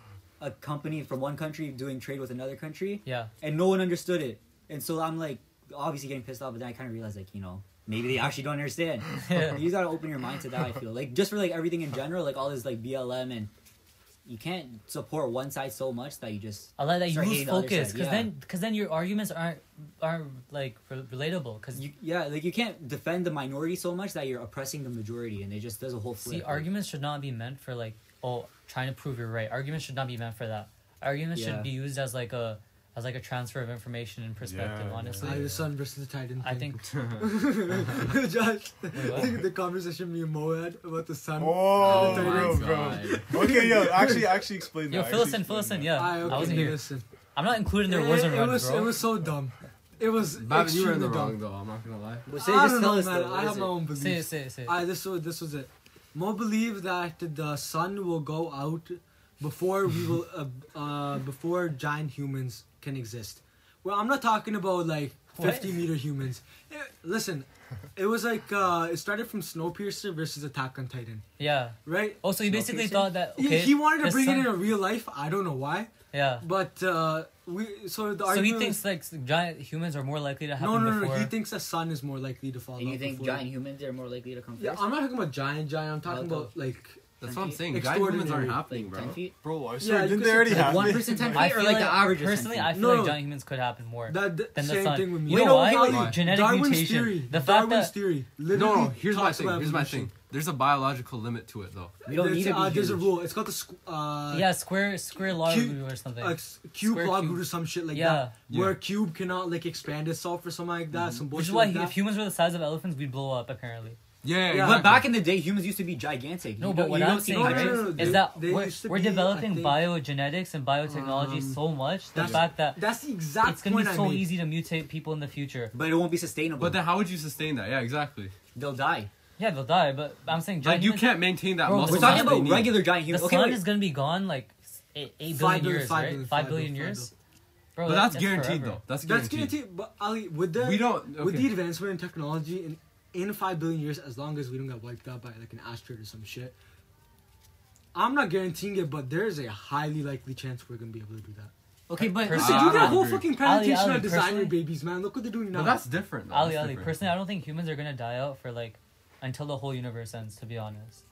Speaker 6: a company from one country doing trade with another country,
Speaker 1: Yeah.
Speaker 6: and no one understood it. And so I'm like, obviously getting pissed off, but then I kind of realized, like, you know, maybe they actually don't understand.
Speaker 1: Yeah.
Speaker 6: You just gotta open your mind to that. I feel like just for like everything in general, like all this like BLM and. You can't support one side so much that you just
Speaker 1: I like that you
Speaker 6: Start
Speaker 1: lose
Speaker 6: hating the other
Speaker 1: focus,
Speaker 6: side,
Speaker 1: because
Speaker 6: yeah.
Speaker 1: then, because then your arguments aren't aren't like re- relatable, because
Speaker 6: You, yeah, like you can't defend the minority so much that you're oppressing the majority, and it just does a whole flip.
Speaker 1: See,
Speaker 6: like-
Speaker 1: arguments should not be meant for like, oh, trying to prove you're right. Arguments should not be meant for that. Arguments
Speaker 6: Yeah.
Speaker 1: should be used as like a as like a transfer of information and perspective.
Speaker 4: Yeah,
Speaker 1: honestly,
Speaker 5: I, the Sun versus the Titan.
Speaker 1: I think.
Speaker 5: Josh,
Speaker 1: what?
Speaker 5: I think the conversation me and Mo had about the Sun.
Speaker 4: Oh,
Speaker 5: the
Speaker 4: bro,
Speaker 5: Titans.
Speaker 4: bro. Okay, yo, actually, actually explain that.
Speaker 1: Yo, fill us
Speaker 4: actually
Speaker 1: in, fill us
Speaker 4: explain
Speaker 1: in.
Speaker 4: that.
Speaker 1: Yeah,
Speaker 5: I,
Speaker 1: I,
Speaker 5: okay,
Speaker 1: wasn't here.
Speaker 5: Listen,
Speaker 1: I'm not including
Speaker 5: it,
Speaker 1: their wars
Speaker 5: it,
Speaker 1: and runs,
Speaker 5: was
Speaker 1: bro.
Speaker 5: it was so dumb. It was
Speaker 2: Babin, you were in the
Speaker 5: extremely
Speaker 2: wrong
Speaker 5: dumb.
Speaker 2: though. I'm not gonna lie.
Speaker 6: Well, say,
Speaker 5: I
Speaker 6: just
Speaker 5: don't
Speaker 6: tell
Speaker 5: know,
Speaker 6: us
Speaker 5: man.
Speaker 6: though,
Speaker 5: I
Speaker 6: what is
Speaker 5: have my
Speaker 6: it?
Speaker 5: own
Speaker 1: say it,
Speaker 5: beliefs.
Speaker 1: say it, say it.
Speaker 5: I this was this was it. Mo believe that the sun will go out before we will uh, uh, before giant humans can exist. Well, I'm not talking about like 50
Speaker 1: What?
Speaker 5: meter humans. Eh, listen, it was like uh, it started from Snowpiercer versus Attack on Titan,
Speaker 1: yeah.
Speaker 5: right?
Speaker 1: Oh, so you
Speaker 6: No
Speaker 1: basically
Speaker 6: piercing?
Speaker 1: thought that
Speaker 5: He-
Speaker 1: okay?
Speaker 5: he wanted to
Speaker 1: the
Speaker 5: bring it
Speaker 1: sun-
Speaker 5: in a real life. I don't know why,
Speaker 1: Yeah.
Speaker 5: but uh, we so the
Speaker 1: So he
Speaker 5: argument
Speaker 1: thinks like s- giant humans are more likely to
Speaker 5: was-
Speaker 1: happen
Speaker 5: no, no, no,
Speaker 1: before.
Speaker 5: He thinks the sun is more likely to fall.
Speaker 3: And you
Speaker 5: out
Speaker 3: think
Speaker 5: before-
Speaker 3: giant humans are more likely to come
Speaker 5: Yeah,
Speaker 3: first?
Speaker 5: I'm not talking about giant, giant. I'm talking
Speaker 3: Well,
Speaker 5: about like
Speaker 2: That's what I'm
Speaker 3: Extraordinary.
Speaker 2: saying. Giant humans aren't happening,
Speaker 3: like
Speaker 2: bro.
Speaker 3: ten feet.
Speaker 4: Bro, I
Speaker 5: Yeah,
Speaker 4: swear, didn't
Speaker 5: because
Speaker 4: they already
Speaker 5: it's like
Speaker 4: have
Speaker 3: Like one
Speaker 4: it?
Speaker 3: percent ten feet,
Speaker 1: I
Speaker 3: or
Speaker 1: feel
Speaker 3: like the average is 10
Speaker 1: personally, I
Speaker 3: feet?
Speaker 1: feel
Speaker 5: No,
Speaker 1: like
Speaker 5: no.
Speaker 1: giant humans could happen more.
Speaker 5: That, that
Speaker 1: Than the
Speaker 5: same
Speaker 1: sun.
Speaker 5: thing with me.
Speaker 1: You know why?
Speaker 5: I'll-
Speaker 1: Genetic
Speaker 5: Darwin's
Speaker 1: mutation.
Speaker 5: theory.
Speaker 1: The fact
Speaker 5: Darwin's
Speaker 1: that-
Speaker 5: theory.
Speaker 2: No,
Speaker 5: Literally
Speaker 2: no. Here's my
Speaker 5: talks
Speaker 2: thing.
Speaker 5: about
Speaker 2: Here's my
Speaker 5: evolution.
Speaker 2: thing. There's a biological limit to it though.
Speaker 6: We don't
Speaker 5: There's,
Speaker 6: need to be
Speaker 5: uh, there's a
Speaker 6: huge.
Speaker 5: rule. It's called the squ- uh,
Speaker 1: yeah, square square law
Speaker 5: Cute-
Speaker 1: or something.
Speaker 5: uh, s- cube
Speaker 1: Square
Speaker 5: log
Speaker 1: cube.
Speaker 5: root or some shit like
Speaker 1: Yeah. Mm-hmm.
Speaker 5: that,
Speaker 2: Yeah.
Speaker 5: where cube cannot like expand itself or something like that. Some
Speaker 1: Which is
Speaker 5: bullshit
Speaker 1: why
Speaker 5: like
Speaker 1: he-
Speaker 5: that.
Speaker 1: if humans were the size of elephants, we'd blow up. Apparently.
Speaker 2: Yeah,
Speaker 5: Yeah.
Speaker 6: But back in the day, humans used to be gigantic.
Speaker 1: No,
Speaker 6: You
Speaker 1: but
Speaker 6: don't-
Speaker 1: what
Speaker 6: you
Speaker 1: I'm
Speaker 6: don't see
Speaker 1: saying
Speaker 5: no, no,
Speaker 1: right,
Speaker 6: giants.
Speaker 5: no, no,
Speaker 1: is
Speaker 5: they-
Speaker 1: that
Speaker 5: they
Speaker 1: we're,
Speaker 5: used to
Speaker 1: we're
Speaker 5: be, I
Speaker 1: developing
Speaker 5: think-
Speaker 1: biogenetics and biotechnology
Speaker 5: Um,
Speaker 1: so much. The
Speaker 5: that's-
Speaker 1: fact that
Speaker 5: That's the exact
Speaker 1: it's gonna be
Speaker 5: point I
Speaker 1: so
Speaker 5: made.
Speaker 1: easy to mutate people in the future.
Speaker 6: But it won't be sustainable.
Speaker 2: But then how would you sustain that? Yeah, exactly.
Speaker 6: they'll die.
Speaker 1: Yeah, they'll die. But I'm saying
Speaker 2: Like you
Speaker 1: giant humans-
Speaker 2: can't maintain that
Speaker 1: Bro,
Speaker 2: muscle.
Speaker 6: We're
Speaker 1: We're
Speaker 6: talking
Speaker 2: mass they
Speaker 6: about
Speaker 2: need.
Speaker 6: regular giant
Speaker 1: The
Speaker 6: humans. Okay,
Speaker 1: sun
Speaker 6: wait.
Speaker 1: is gonna be gone like eight, eight
Speaker 5: Five
Speaker 1: billion
Speaker 5: billion,
Speaker 1: years,
Speaker 5: five
Speaker 1: right?
Speaker 5: billion,
Speaker 1: five
Speaker 5: five
Speaker 1: billion
Speaker 5: billion, five
Speaker 1: years. Bro,
Speaker 2: But
Speaker 1: that-
Speaker 2: that's guaranteed
Speaker 1: forever.
Speaker 2: though. That's
Speaker 5: That's
Speaker 2: guaranteed.
Speaker 5: guaranteed. But Ali, with the
Speaker 2: We don't.
Speaker 5: with the
Speaker 2: Okay.
Speaker 5: advancement in technology in in five billion years, as long as we don't get wiped out by like an asteroid or some shit, I'm not guaranteeing it, but there is a highly likely chance we're gonna be able to do that.
Speaker 3: Okay, but
Speaker 1: Person-
Speaker 5: Listen,
Speaker 2: I
Speaker 5: you did a
Speaker 2: don't
Speaker 5: whole
Speaker 2: agree.
Speaker 5: fucking
Speaker 1: Ali,
Speaker 5: presentation
Speaker 1: Ali,
Speaker 5: on design your
Speaker 1: personally-
Speaker 5: babies, man. Look what they're doing now.
Speaker 2: But that's different. Though.
Speaker 1: Ali,
Speaker 2: That's
Speaker 1: Ali,
Speaker 2: different.
Speaker 1: personally, I don't think humans are gonna die out for like until the whole universe ends. To be honest,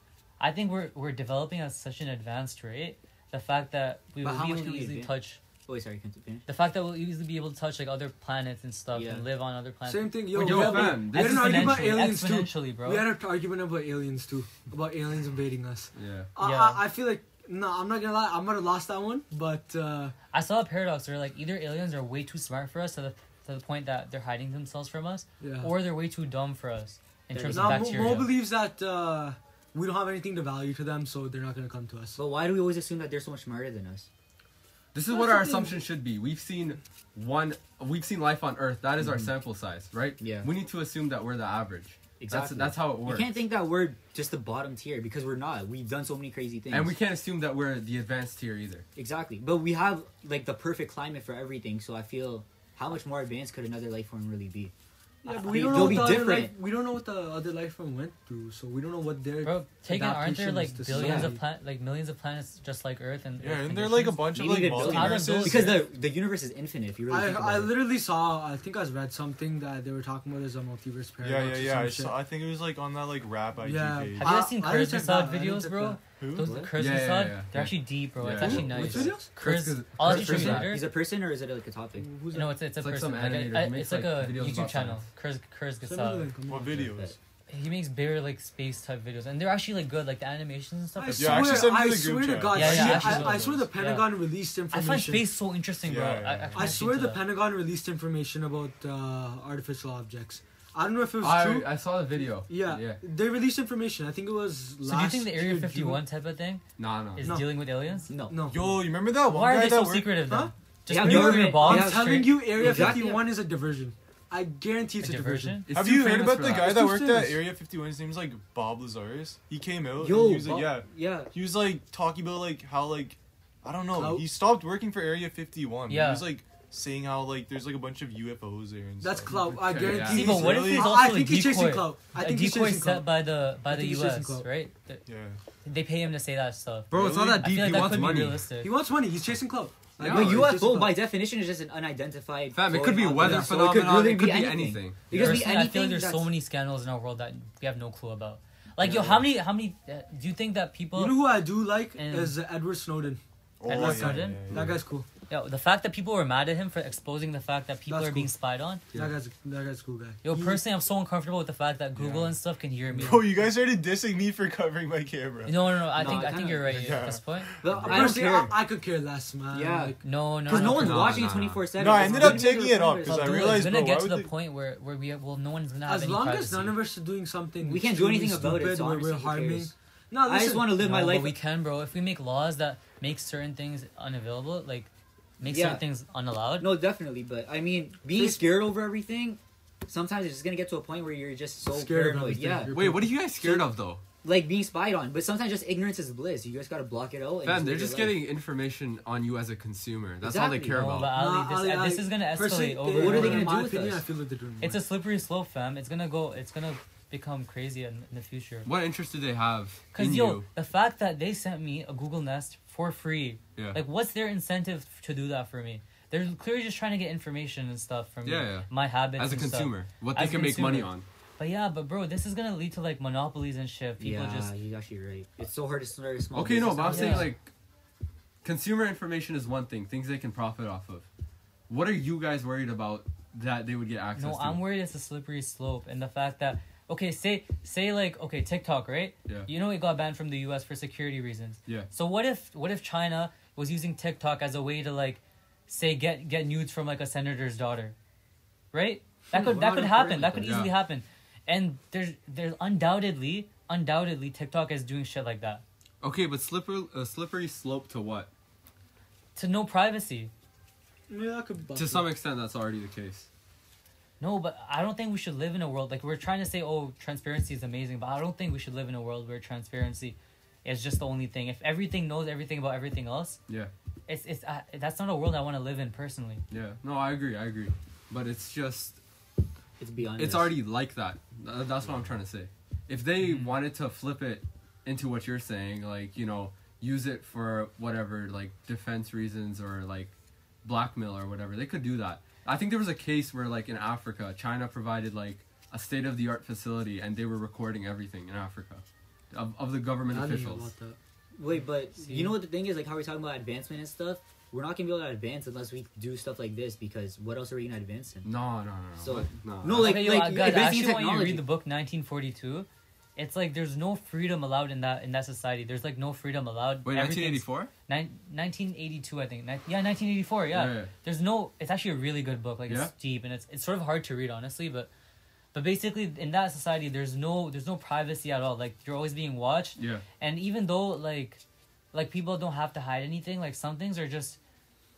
Speaker 1: I think we're we're developing at such an advanced rate. The fact that we
Speaker 6: But
Speaker 1: will
Speaker 6: how
Speaker 1: be
Speaker 6: much
Speaker 1: able to
Speaker 6: can we
Speaker 1: easily
Speaker 6: advance?
Speaker 1: touch
Speaker 6: Oh, wait, sorry, continue.
Speaker 1: the fact that we'll easily be able to touch like other planets and stuff
Speaker 6: Yeah.
Speaker 1: and live on other planets.
Speaker 5: Same thing, yo.
Speaker 1: We're
Speaker 5: we
Speaker 1: doing
Speaker 5: had-
Speaker 2: fam,
Speaker 5: we had an
Speaker 2: this
Speaker 5: argument about
Speaker 1: exponentially-
Speaker 5: aliens too.
Speaker 1: exponentially, bro.
Speaker 5: We had an argument about aliens too, about aliens invading us.
Speaker 2: Yeah.
Speaker 5: I,
Speaker 1: Yeah.
Speaker 5: I, I feel like no, I'm not gonna lie. I might have lost that one, but uh,
Speaker 1: I saw a paradox where like either aliens are way too smart for us to the to the point that they're hiding themselves from us,
Speaker 5: yeah.
Speaker 1: or they're way too dumb for us in
Speaker 6: There
Speaker 1: terms
Speaker 6: you
Speaker 5: now,
Speaker 1: of
Speaker 5: Mo-
Speaker 1: bacteria.
Speaker 5: Mo believes that uh, we don't have anything to value to them, so they're not gonna come to us.
Speaker 6: But why do we always assume that they're so much smarter than us?
Speaker 2: This is
Speaker 5: That's
Speaker 2: what our
Speaker 5: the thing.
Speaker 2: assumption should be. We've seen one. We've seen life on Earth. That is our sample size, right?
Speaker 6: Yeah.
Speaker 2: We need to assume that we're the average.
Speaker 6: Exactly.
Speaker 2: That's, that's how it
Speaker 6: You
Speaker 2: works.
Speaker 6: can't think that we're just the bottom tier because we're not. We've done so many crazy things.
Speaker 2: and we can't assume that we're the advanced tier either.
Speaker 6: Exactly. But we have like the perfect climate for everything, so I feel how much more advanced could another life form really be?
Speaker 5: Yeah, but
Speaker 6: I
Speaker 5: we
Speaker 6: mean,
Speaker 5: don't know
Speaker 6: Ah, they'll
Speaker 5: what
Speaker 6: be
Speaker 5: the other life,
Speaker 6: different.
Speaker 5: we don't know what the other life form went through, so we don't know what their
Speaker 1: Bro, taken aren't there
Speaker 5: adaptations
Speaker 1: like
Speaker 5: to
Speaker 1: billions
Speaker 5: society.
Speaker 1: of planet, like millions of planets just like Earth and
Speaker 4: Yeah,
Speaker 1: Earth
Speaker 4: and they're like a
Speaker 1: conditions?
Speaker 4: bunch of
Speaker 6: Maybe
Speaker 4: like
Speaker 6: they built
Speaker 1: out of
Speaker 4: multiverses.
Speaker 1: those-
Speaker 6: Because the the universe is infinite if you really think about
Speaker 5: I, I
Speaker 6: it.
Speaker 5: literally saw. I think I read something that they were talking about as a multiverse paradox. or
Speaker 4: yeah, yeah, yeah.
Speaker 5: some
Speaker 4: I,
Speaker 5: shit.
Speaker 4: saw, I think it was like on that like rap IG
Speaker 5: Yeah.
Speaker 1: Have
Speaker 4: page.
Speaker 1: you guys
Speaker 5: I-
Speaker 1: seen
Speaker 5: I didn't
Speaker 1: Kurzgesagt
Speaker 5: check that, I didn't
Speaker 1: videos,
Speaker 5: check
Speaker 1: bro?
Speaker 5: that.
Speaker 4: Who?
Speaker 1: Those
Speaker 6: What?
Speaker 1: Kurzgesagt,
Speaker 2: Yeah, yeah, yeah, yeah.
Speaker 1: they're actually deep, bro. It's
Speaker 2: Yeah.
Speaker 1: actually
Speaker 2: Who-
Speaker 1: nice.
Speaker 5: Which videos?
Speaker 1: Kurz,
Speaker 2: Kurz-
Speaker 1: all
Speaker 2: Kurz-
Speaker 1: YouTube
Speaker 2: Kurzgesagt.
Speaker 1: creators.
Speaker 6: He's a person or is it like a topic?
Speaker 5: Who's
Speaker 1: No,
Speaker 5: that?
Speaker 1: it's it's a
Speaker 2: It's like
Speaker 1: person.
Speaker 2: some
Speaker 1: a-
Speaker 2: animator
Speaker 1: a-
Speaker 2: who
Speaker 1: it's
Speaker 2: makes,
Speaker 1: like
Speaker 2: like,
Speaker 1: a
Speaker 2: videos
Speaker 1: YouTube
Speaker 2: about
Speaker 1: channel.
Speaker 2: science.
Speaker 1: Kurz
Speaker 5: Send me the
Speaker 1: Kurzgesagt.
Speaker 5: link, I'm gonna
Speaker 4: What
Speaker 5: watch it.
Speaker 4: videos?
Speaker 1: he makes bare like space type videos, and they're actually like good, like the animations and stuff.
Speaker 5: I
Speaker 1: are-
Speaker 4: Yeah, actually
Speaker 5: swear,
Speaker 4: send me
Speaker 5: I
Speaker 4: the group
Speaker 5: swear to
Speaker 4: chat.
Speaker 5: God,
Speaker 1: Yeah, yeah,
Speaker 5: see,
Speaker 1: actually send
Speaker 5: I, I
Speaker 1: those.
Speaker 5: swear the Pentagon released
Speaker 1: I
Speaker 5: information.
Speaker 1: find space so interesting, bro.
Speaker 4: Yeah, yeah,
Speaker 1: I,
Speaker 4: yeah.
Speaker 1: can
Speaker 5: I
Speaker 1: actually
Speaker 5: swear
Speaker 1: do
Speaker 5: the
Speaker 1: that.
Speaker 5: Pentagon released information about uh, artificial objects. I don't know if it was
Speaker 2: I,
Speaker 5: true.
Speaker 2: I saw the video.
Speaker 5: yeah,
Speaker 2: Yeah.
Speaker 5: they released information. I think it was
Speaker 1: So
Speaker 5: last.
Speaker 1: do you think the
Speaker 5: year,
Speaker 1: Area
Speaker 5: June.
Speaker 1: Fifty One type of thing
Speaker 2: Nah, nah.
Speaker 1: is
Speaker 5: No.
Speaker 1: dealing with aliens?
Speaker 6: No.
Speaker 5: No.
Speaker 4: Yo, you remember that one
Speaker 1: Why are
Speaker 4: guy
Speaker 1: they
Speaker 4: that
Speaker 1: so
Speaker 4: worked-
Speaker 1: secretive
Speaker 5: Huh?
Speaker 1: then? Just
Speaker 6: Yeah,
Speaker 1: put your
Speaker 6: government.
Speaker 1: bombs
Speaker 5: I'm
Speaker 6: Yeah,
Speaker 1: straight-
Speaker 5: telling you, Area
Speaker 6: Exactly.
Speaker 5: 51 is a diversion. I guarantee it's a,
Speaker 1: a diversion.
Speaker 2: It's
Speaker 4: Have
Speaker 2: too
Speaker 4: you heard
Speaker 2: famous
Speaker 4: about
Speaker 2: for
Speaker 4: the
Speaker 2: that.
Speaker 4: guy
Speaker 5: It's
Speaker 4: that
Speaker 5: too
Speaker 4: worked
Speaker 5: famous.
Speaker 4: at Area 51? His name's like Bob Lazarus. He came out
Speaker 6: Yo,
Speaker 4: and he was
Speaker 6: Bob-
Speaker 4: like, yeah.
Speaker 6: Yeah.
Speaker 4: He was like talking about like how like I don't know.
Speaker 5: Clout?
Speaker 4: He stopped working for Area 51.
Speaker 1: Yeah.
Speaker 4: He was like saying how like there's like a bunch of UFOs there and
Speaker 5: That's
Speaker 4: stuff.
Speaker 5: clout. I
Speaker 2: Okay,
Speaker 5: guarantee.
Speaker 2: yeah.
Speaker 5: he's-
Speaker 1: See, but what if
Speaker 4: Really?
Speaker 1: he's
Speaker 5: I-
Speaker 1: also
Speaker 5: I
Speaker 1: a
Speaker 5: think he's chasing
Speaker 1: decoy?
Speaker 5: clout. I
Speaker 1: A
Speaker 5: think he's
Speaker 1: decoy
Speaker 5: chasing
Speaker 1: set
Speaker 5: clout.
Speaker 1: by the by
Speaker 5: I
Speaker 1: the
Speaker 5: think he's chasing
Speaker 1: U.S.
Speaker 5: clout.
Speaker 1: Right? Th-
Speaker 4: Yeah.
Speaker 1: They pay him to say that stuff.
Speaker 2: Bro, it's not
Speaker 4: Really?
Speaker 2: that
Speaker 1: I
Speaker 2: deep.
Speaker 1: feel like
Speaker 2: he
Speaker 1: that
Speaker 2: wants
Speaker 1: could be
Speaker 2: money.
Speaker 1: realistic.
Speaker 5: He wants money. He's chasing clout. I
Speaker 2: Yeah,
Speaker 5: know,
Speaker 6: But
Speaker 2: it's
Speaker 5: he's chasing
Speaker 6: UFO,
Speaker 5: clout.
Speaker 6: by definition, is just an unidentified.
Speaker 2: Fam, it
Speaker 6: floating
Speaker 2: could be
Speaker 6: object.
Speaker 2: weather
Speaker 6: So
Speaker 2: phenomenon. It could,
Speaker 6: really
Speaker 2: be, anything.
Speaker 6: It could be
Speaker 1: Personally, I feel
Speaker 6: anything.
Speaker 1: like there's so
Speaker 6: that's-
Speaker 1: many scandals in our world that we have no clue about. Like,
Speaker 2: Yeah.
Speaker 1: yo, how many, how many? Uh, do you think that people,
Speaker 5: You know who I do like
Speaker 1: And-
Speaker 5: is Edward Snowden.
Speaker 4: Oh,
Speaker 1: Edward Snowden?
Speaker 5: That guy's cool.
Speaker 1: yo, the fact that people were mad at him for exposing the fact that people
Speaker 5: That's
Speaker 1: are being
Speaker 5: cool.
Speaker 1: spied on?
Speaker 2: Yeah.
Speaker 5: That guy's that guy's a cool guy.
Speaker 1: Yo,
Speaker 5: He-
Speaker 1: personally, I'm so uncomfortable with the fact that Google
Speaker 2: Yeah.
Speaker 1: and stuff can hear me.
Speaker 4: Bro, you guys started dissing me for covering my camera.
Speaker 1: No, no, no. I
Speaker 6: No,
Speaker 1: think I,
Speaker 6: I
Speaker 1: think
Speaker 6: kinda-
Speaker 1: you're right yeah,
Speaker 4: Yeah.
Speaker 1: at this point.
Speaker 6: But I don't
Speaker 5: personally, I,
Speaker 6: care.
Speaker 5: I could care less, man.
Speaker 6: Yeah.
Speaker 5: Like,
Speaker 1: No, no,
Speaker 6: Because no
Speaker 1: no
Speaker 6: one's
Speaker 2: No,
Speaker 6: watching
Speaker 2: no,
Speaker 6: it
Speaker 2: no.
Speaker 6: 24 7.
Speaker 4: No, I ended up taking it off because
Speaker 1: But
Speaker 4: I
Speaker 1: dude,
Speaker 4: realized,
Speaker 1: it's gonna
Speaker 4: bro, why
Speaker 1: get to
Speaker 4: would
Speaker 1: the
Speaker 4: they-
Speaker 1: point where where we well, no one's gonna have
Speaker 5: as
Speaker 1: any
Speaker 5: long
Speaker 1: privacy.
Speaker 5: as none of us are doing something,
Speaker 6: We can't do
Speaker 5: extremely
Speaker 6: anything about it,
Speaker 5: stupid
Speaker 6: so
Speaker 5: where we're
Speaker 6: honestly, who
Speaker 5: harming.
Speaker 6: cares?
Speaker 5: No,
Speaker 6: I just
Speaker 5: listen.
Speaker 6: want to live my
Speaker 1: No,
Speaker 6: life.
Speaker 1: but we can, bro. If we make laws that make certain things unavailable, like make
Speaker 6: Yeah.
Speaker 1: certain things unallowed.
Speaker 6: No, definitely. But I mean, being
Speaker 5: Face-
Speaker 6: scared over everything, sometimes it's just gonna get to a point where you're just so
Speaker 5: Scared of
Speaker 6: paranoid.
Speaker 5: everything.
Speaker 6: Yeah,
Speaker 5: You're-
Speaker 2: Wait, what are you guys scared of though?
Speaker 6: like being spied on. But sometimes just ignorance is bliss. You just gotta block it out. and
Speaker 2: Fam, they're
Speaker 6: live
Speaker 2: just
Speaker 6: your life.
Speaker 2: getting information on you as a consumer. That's all they
Speaker 6: Exactly.
Speaker 2: care
Speaker 1: No, but
Speaker 2: about.
Speaker 1: Ali,
Speaker 5: Nah,
Speaker 1: this,
Speaker 5: Ali,
Speaker 1: uh, this
Speaker 5: I-
Speaker 1: is gonna
Speaker 5: personally,
Speaker 1: escalate over.
Speaker 5: they-
Speaker 6: What are they
Speaker 5: in
Speaker 6: gonna
Speaker 5: my
Speaker 6: do with
Speaker 5: opinion,
Speaker 6: us?
Speaker 5: I feel like they're doing.
Speaker 1: It's a
Speaker 5: more.
Speaker 1: slippery slope, fam. It's gonna go. It's gonna become crazy in, in the future.
Speaker 2: What interest do they have
Speaker 1: um, Cause
Speaker 2: in
Speaker 1: yo,
Speaker 2: you?
Speaker 1: the fact that they sent me a Google Nest for free,
Speaker 2: Yeah.
Speaker 1: like, what's their incentive to do that for me? They're clearly just trying to get information and stuff from me,
Speaker 2: Yeah, yeah.
Speaker 1: my habits
Speaker 2: As a
Speaker 1: and stuff.
Speaker 2: consumer, what they
Speaker 1: As a
Speaker 2: can make money
Speaker 1: consumer.
Speaker 2: on.
Speaker 1: But yeah, but bro, this is gonna lead to like monopolies and shit. People
Speaker 6: yeah,
Speaker 1: just
Speaker 6: you're actually right. It's so hard to start a small.
Speaker 2: Okay, no,
Speaker 6: business.
Speaker 2: but I'm
Speaker 1: Yeah.
Speaker 2: saying like, consumer information is one thing. Things they can profit off of. What are you guys worried about that they would get access
Speaker 1: No,
Speaker 2: to?
Speaker 1: I'm worried it's a slippery slope and the fact that okay, say say like okay, TikTok, right?
Speaker 2: Yeah.
Speaker 1: You know it got banned from the US for security reasons.
Speaker 2: Yeah.
Speaker 1: So what if what if China was using TikTok as a way to like say get get nudes from like a senator's daughter? Right? That
Speaker 6: Hmm,
Speaker 1: could
Speaker 6: we're
Speaker 1: that
Speaker 6: not
Speaker 1: could
Speaker 6: in
Speaker 1: happen.
Speaker 6: agreement
Speaker 1: That could
Speaker 2: then. Yeah.
Speaker 1: easily happen. And there's there's undoubtedly undoubtedly TikTok is doing shit like that.
Speaker 2: Okay, but slippery, a slippery slope to what?
Speaker 1: To no privacy.
Speaker 5: Yeah, I could. bump
Speaker 2: To
Speaker 5: it.
Speaker 2: some extent, that's already the case.
Speaker 1: No, but I don't think we should live in a world like we're trying to say, oh, transparency is amazing, but I don't think we should live in a world where transparency is just the only thing. If everything knows everything about everything else,
Speaker 2: Yeah,
Speaker 1: it's it's uh, that's not a world I want to live in personally.
Speaker 2: yeah. No, I agree, I agree. But it's just,
Speaker 6: it's beyond.
Speaker 2: it's
Speaker 6: this.
Speaker 2: already like that. Th- That's what I'm trying to say. If they
Speaker 1: Mhm.
Speaker 2: wanted to flip it into what you're saying, like, you know, use it for whatever, like, defense reasons or, like, blackmail or whatever, they could do that. I think there was a case where, like, in Africa, China provided, like, a state of the art facility and they were recording everything in Africa of, of the
Speaker 5: I
Speaker 2: government
Speaker 5: don't know
Speaker 2: officials.
Speaker 5: about that.
Speaker 6: Wait, but
Speaker 1: See?
Speaker 6: you know what the thing is? Like how we're talking about advancement and stuff. We're not gonna be able to advance unless we do stuff like this because what else are we gonna advance in?
Speaker 2: No, no, no, no.
Speaker 6: So-
Speaker 2: What? no.
Speaker 6: No, like-
Speaker 1: Okay, yo,
Speaker 6: like,
Speaker 1: I- guys, I actually
Speaker 6: advancing
Speaker 1: want you to
Speaker 6: technology.
Speaker 1: read the book 1942. It's like there's no freedom allowed in that in that society. There's like no freedom allowed.
Speaker 2: Wait,
Speaker 1: Everything's-
Speaker 2: 1984?
Speaker 1: Nin- 1982, I think. Nin- yeah, 1984. Yeah. There's no. It's actually a really good book. Like
Speaker 2: Yeah?
Speaker 1: it's deep and it's it's sort of hard to read, honestly. But but basically, in that society, there's no there's no privacy at all. Like you're always being watched.
Speaker 2: Yeah.
Speaker 1: And even though like like people don't have to hide anything, like some things are just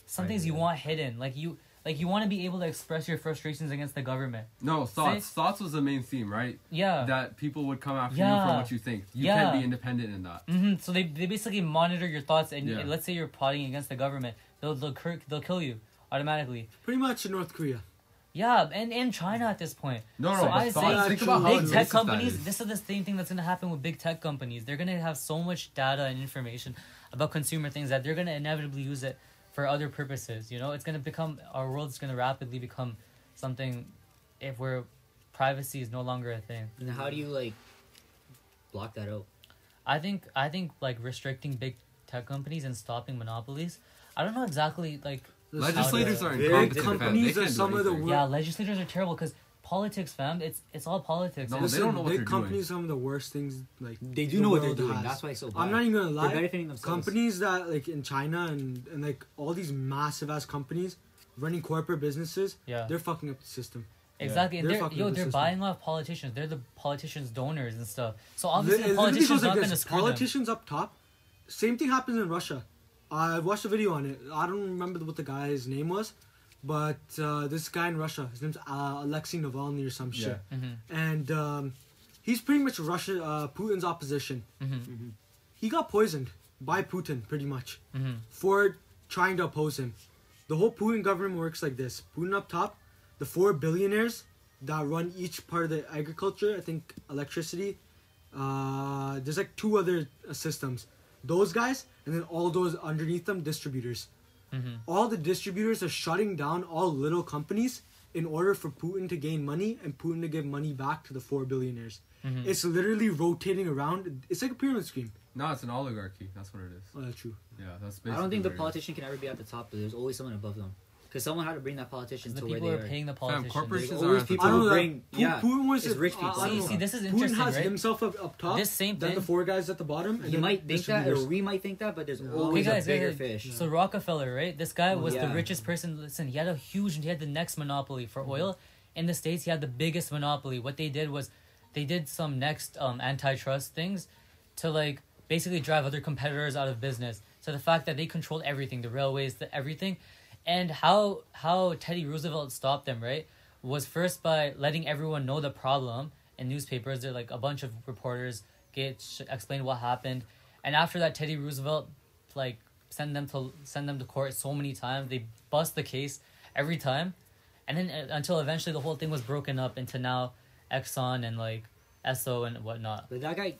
Speaker 1: some
Speaker 2: Right,
Speaker 1: things you
Speaker 2: yeah.
Speaker 1: want hidden. Like you like you want to be able to express your frustrations against the government.
Speaker 2: No, thoughts. Thoughts was the main theme, right?
Speaker 1: Yeah.
Speaker 2: that people would come after you for
Speaker 1: Uh, Yeah.
Speaker 2: what you think. You
Speaker 1: Yeah.
Speaker 2: can't be independent in that.
Speaker 1: hmm So they, they basically monitor your thoughts and
Speaker 2: Yeah.
Speaker 1: let's say you're plotting against the government, they'll they'll, cur- they'll kill you automatically.
Speaker 5: Pretty much in North Korea.
Speaker 1: Yeah, and and China at this point.
Speaker 2: No, no,
Speaker 1: So
Speaker 2: but
Speaker 1: I
Speaker 2: thoughts.
Speaker 5: say
Speaker 2: think about how
Speaker 1: big tech
Speaker 2: racist
Speaker 1: companies
Speaker 2: That is.
Speaker 1: this is the same thing that's going to happen with big tech companies they're going to have so much data and information about consumer things that they're going to inevitably use it for other purposes you know it's going to become our world's going to rapidly become something if we're privacy is no longer a thing
Speaker 6: And how do you like block that out?
Speaker 1: i think i think like restricting big tech companies and stopping monopolies i don't know exactly like
Speaker 5: Listen,
Speaker 2: Legislators
Speaker 1: how
Speaker 2: are
Speaker 1: to-
Speaker 5: Big
Speaker 2: incompetent. fam. They
Speaker 5: companies are
Speaker 2: can't do
Speaker 5: some of the
Speaker 2: anything.
Speaker 5: worst.
Speaker 1: yeah legislators are terrible because politics, fam. It's it's all politics.
Speaker 2: No,
Speaker 1: and-
Speaker 2: they don't know what
Speaker 5: big
Speaker 2: they're doing.
Speaker 5: companies some of the worst things like
Speaker 6: They do
Speaker 5: the
Speaker 6: know what they're
Speaker 5: world
Speaker 6: doing.
Speaker 5: has.
Speaker 6: That's why it's so bad.
Speaker 5: I'm not even gonna
Speaker 6: They're
Speaker 5: lie.
Speaker 6: benefiting themselves.
Speaker 5: Companies that like in China and, and like all these massive ass companies running corporate businesses,
Speaker 1: Yeah.
Speaker 5: they're fucking up the system.
Speaker 1: Exactly.
Speaker 5: They're
Speaker 1: They're,
Speaker 5: fucking
Speaker 1: yo,
Speaker 5: with the
Speaker 1: they're
Speaker 5: system.
Speaker 1: buying off politicians. They're the politicians' donors and stuff. So
Speaker 5: Li- it
Speaker 1: obviously, the
Speaker 5: literally goes
Speaker 1: politicians
Speaker 5: like
Speaker 1: not going to
Speaker 5: this.
Speaker 1: screw them.
Speaker 5: Politicians up top. Same thing happens in Russia. I watched a video on it. I don't remember what the guy's name was, but uh, this guy in Russia, his name's uh, Alexei Navalny or some
Speaker 2: Yeah.
Speaker 5: shit,
Speaker 1: Mhm.
Speaker 5: and um, he's pretty much Russia uh, Putin's opposition.
Speaker 1: Mhm.
Speaker 5: He got poisoned by Putin, pretty much,
Speaker 1: Mhm.
Speaker 5: for trying to oppose him. The whole Putin government works like this: Putin up top, the four billionaires that run each part of the agriculture. I think electricity, uh, there's like two other uh, systems. Those guys, and then all those underneath them, distributors.
Speaker 1: Mhm.
Speaker 5: All the distributors are shutting down all little companies in order for Putin to gain money and Putin to give money back to the four billionaires. It's literally rotating around. It's like a pyramid scheme.
Speaker 2: No, it's an oligarchy. That's what it is.
Speaker 5: Oh, that's true.
Speaker 2: Yeah, that's basically.
Speaker 6: I don't think the
Speaker 2: what it is.
Speaker 6: politician can ever be at the top. Though. There's always someone above them, because someone had to bring that politician
Speaker 1: The
Speaker 6: to where
Speaker 1: people
Speaker 6: they
Speaker 1: are
Speaker 6: are.
Speaker 1: paying the
Speaker 2: Fam,
Speaker 1: politicians.
Speaker 6: There's
Speaker 2: corporations are
Speaker 6: always
Speaker 2: at the
Speaker 6: people
Speaker 5: I don't
Speaker 6: who
Speaker 5: know.
Speaker 6: bring.
Speaker 5: Pu-
Speaker 6: yeah,
Speaker 5: Putin was
Speaker 6: it's rich people.
Speaker 5: I- I don't
Speaker 1: See,
Speaker 5: know.
Speaker 1: see, this is
Speaker 5: Putin
Speaker 1: interesting,
Speaker 5: has
Speaker 1: right?
Speaker 5: himself up, up top.
Speaker 1: This same
Speaker 5: then the
Speaker 1: thing-
Speaker 5: four guys at the bottom. And
Speaker 6: You
Speaker 5: then
Speaker 6: might think that, or
Speaker 5: distributors.
Speaker 6: we might think that, but there's
Speaker 5: Yeah.
Speaker 1: Okay,
Speaker 6: always
Speaker 1: Oh, guys,
Speaker 6: a bigger
Speaker 1: guys,
Speaker 6: fish.
Speaker 1: So Rockefeller, right? This guy was
Speaker 6: Yeah.
Speaker 1: the richest person. Listen, he had a huge. He had the next monopoly for oil
Speaker 6: Mm-hmm.
Speaker 1: in the states. He had the biggest monopoly. What they did was, they did some next um, antitrust things, to like basically drive other competitors out of business. So the fact that they controlled everything, the railways, the everything, and how how Teddy Roosevelt stopped them, right? Was first by letting everyone know the problem in newspapers. They're like a bunch of reporters get sh- explain what happened, and after that, Teddy Roosevelt like send them to send them to court so many times. They bust the case every time, and then uh, until eventually the whole thing was broken up into now Exxon and like Esso and whatnot.
Speaker 6: But that guy,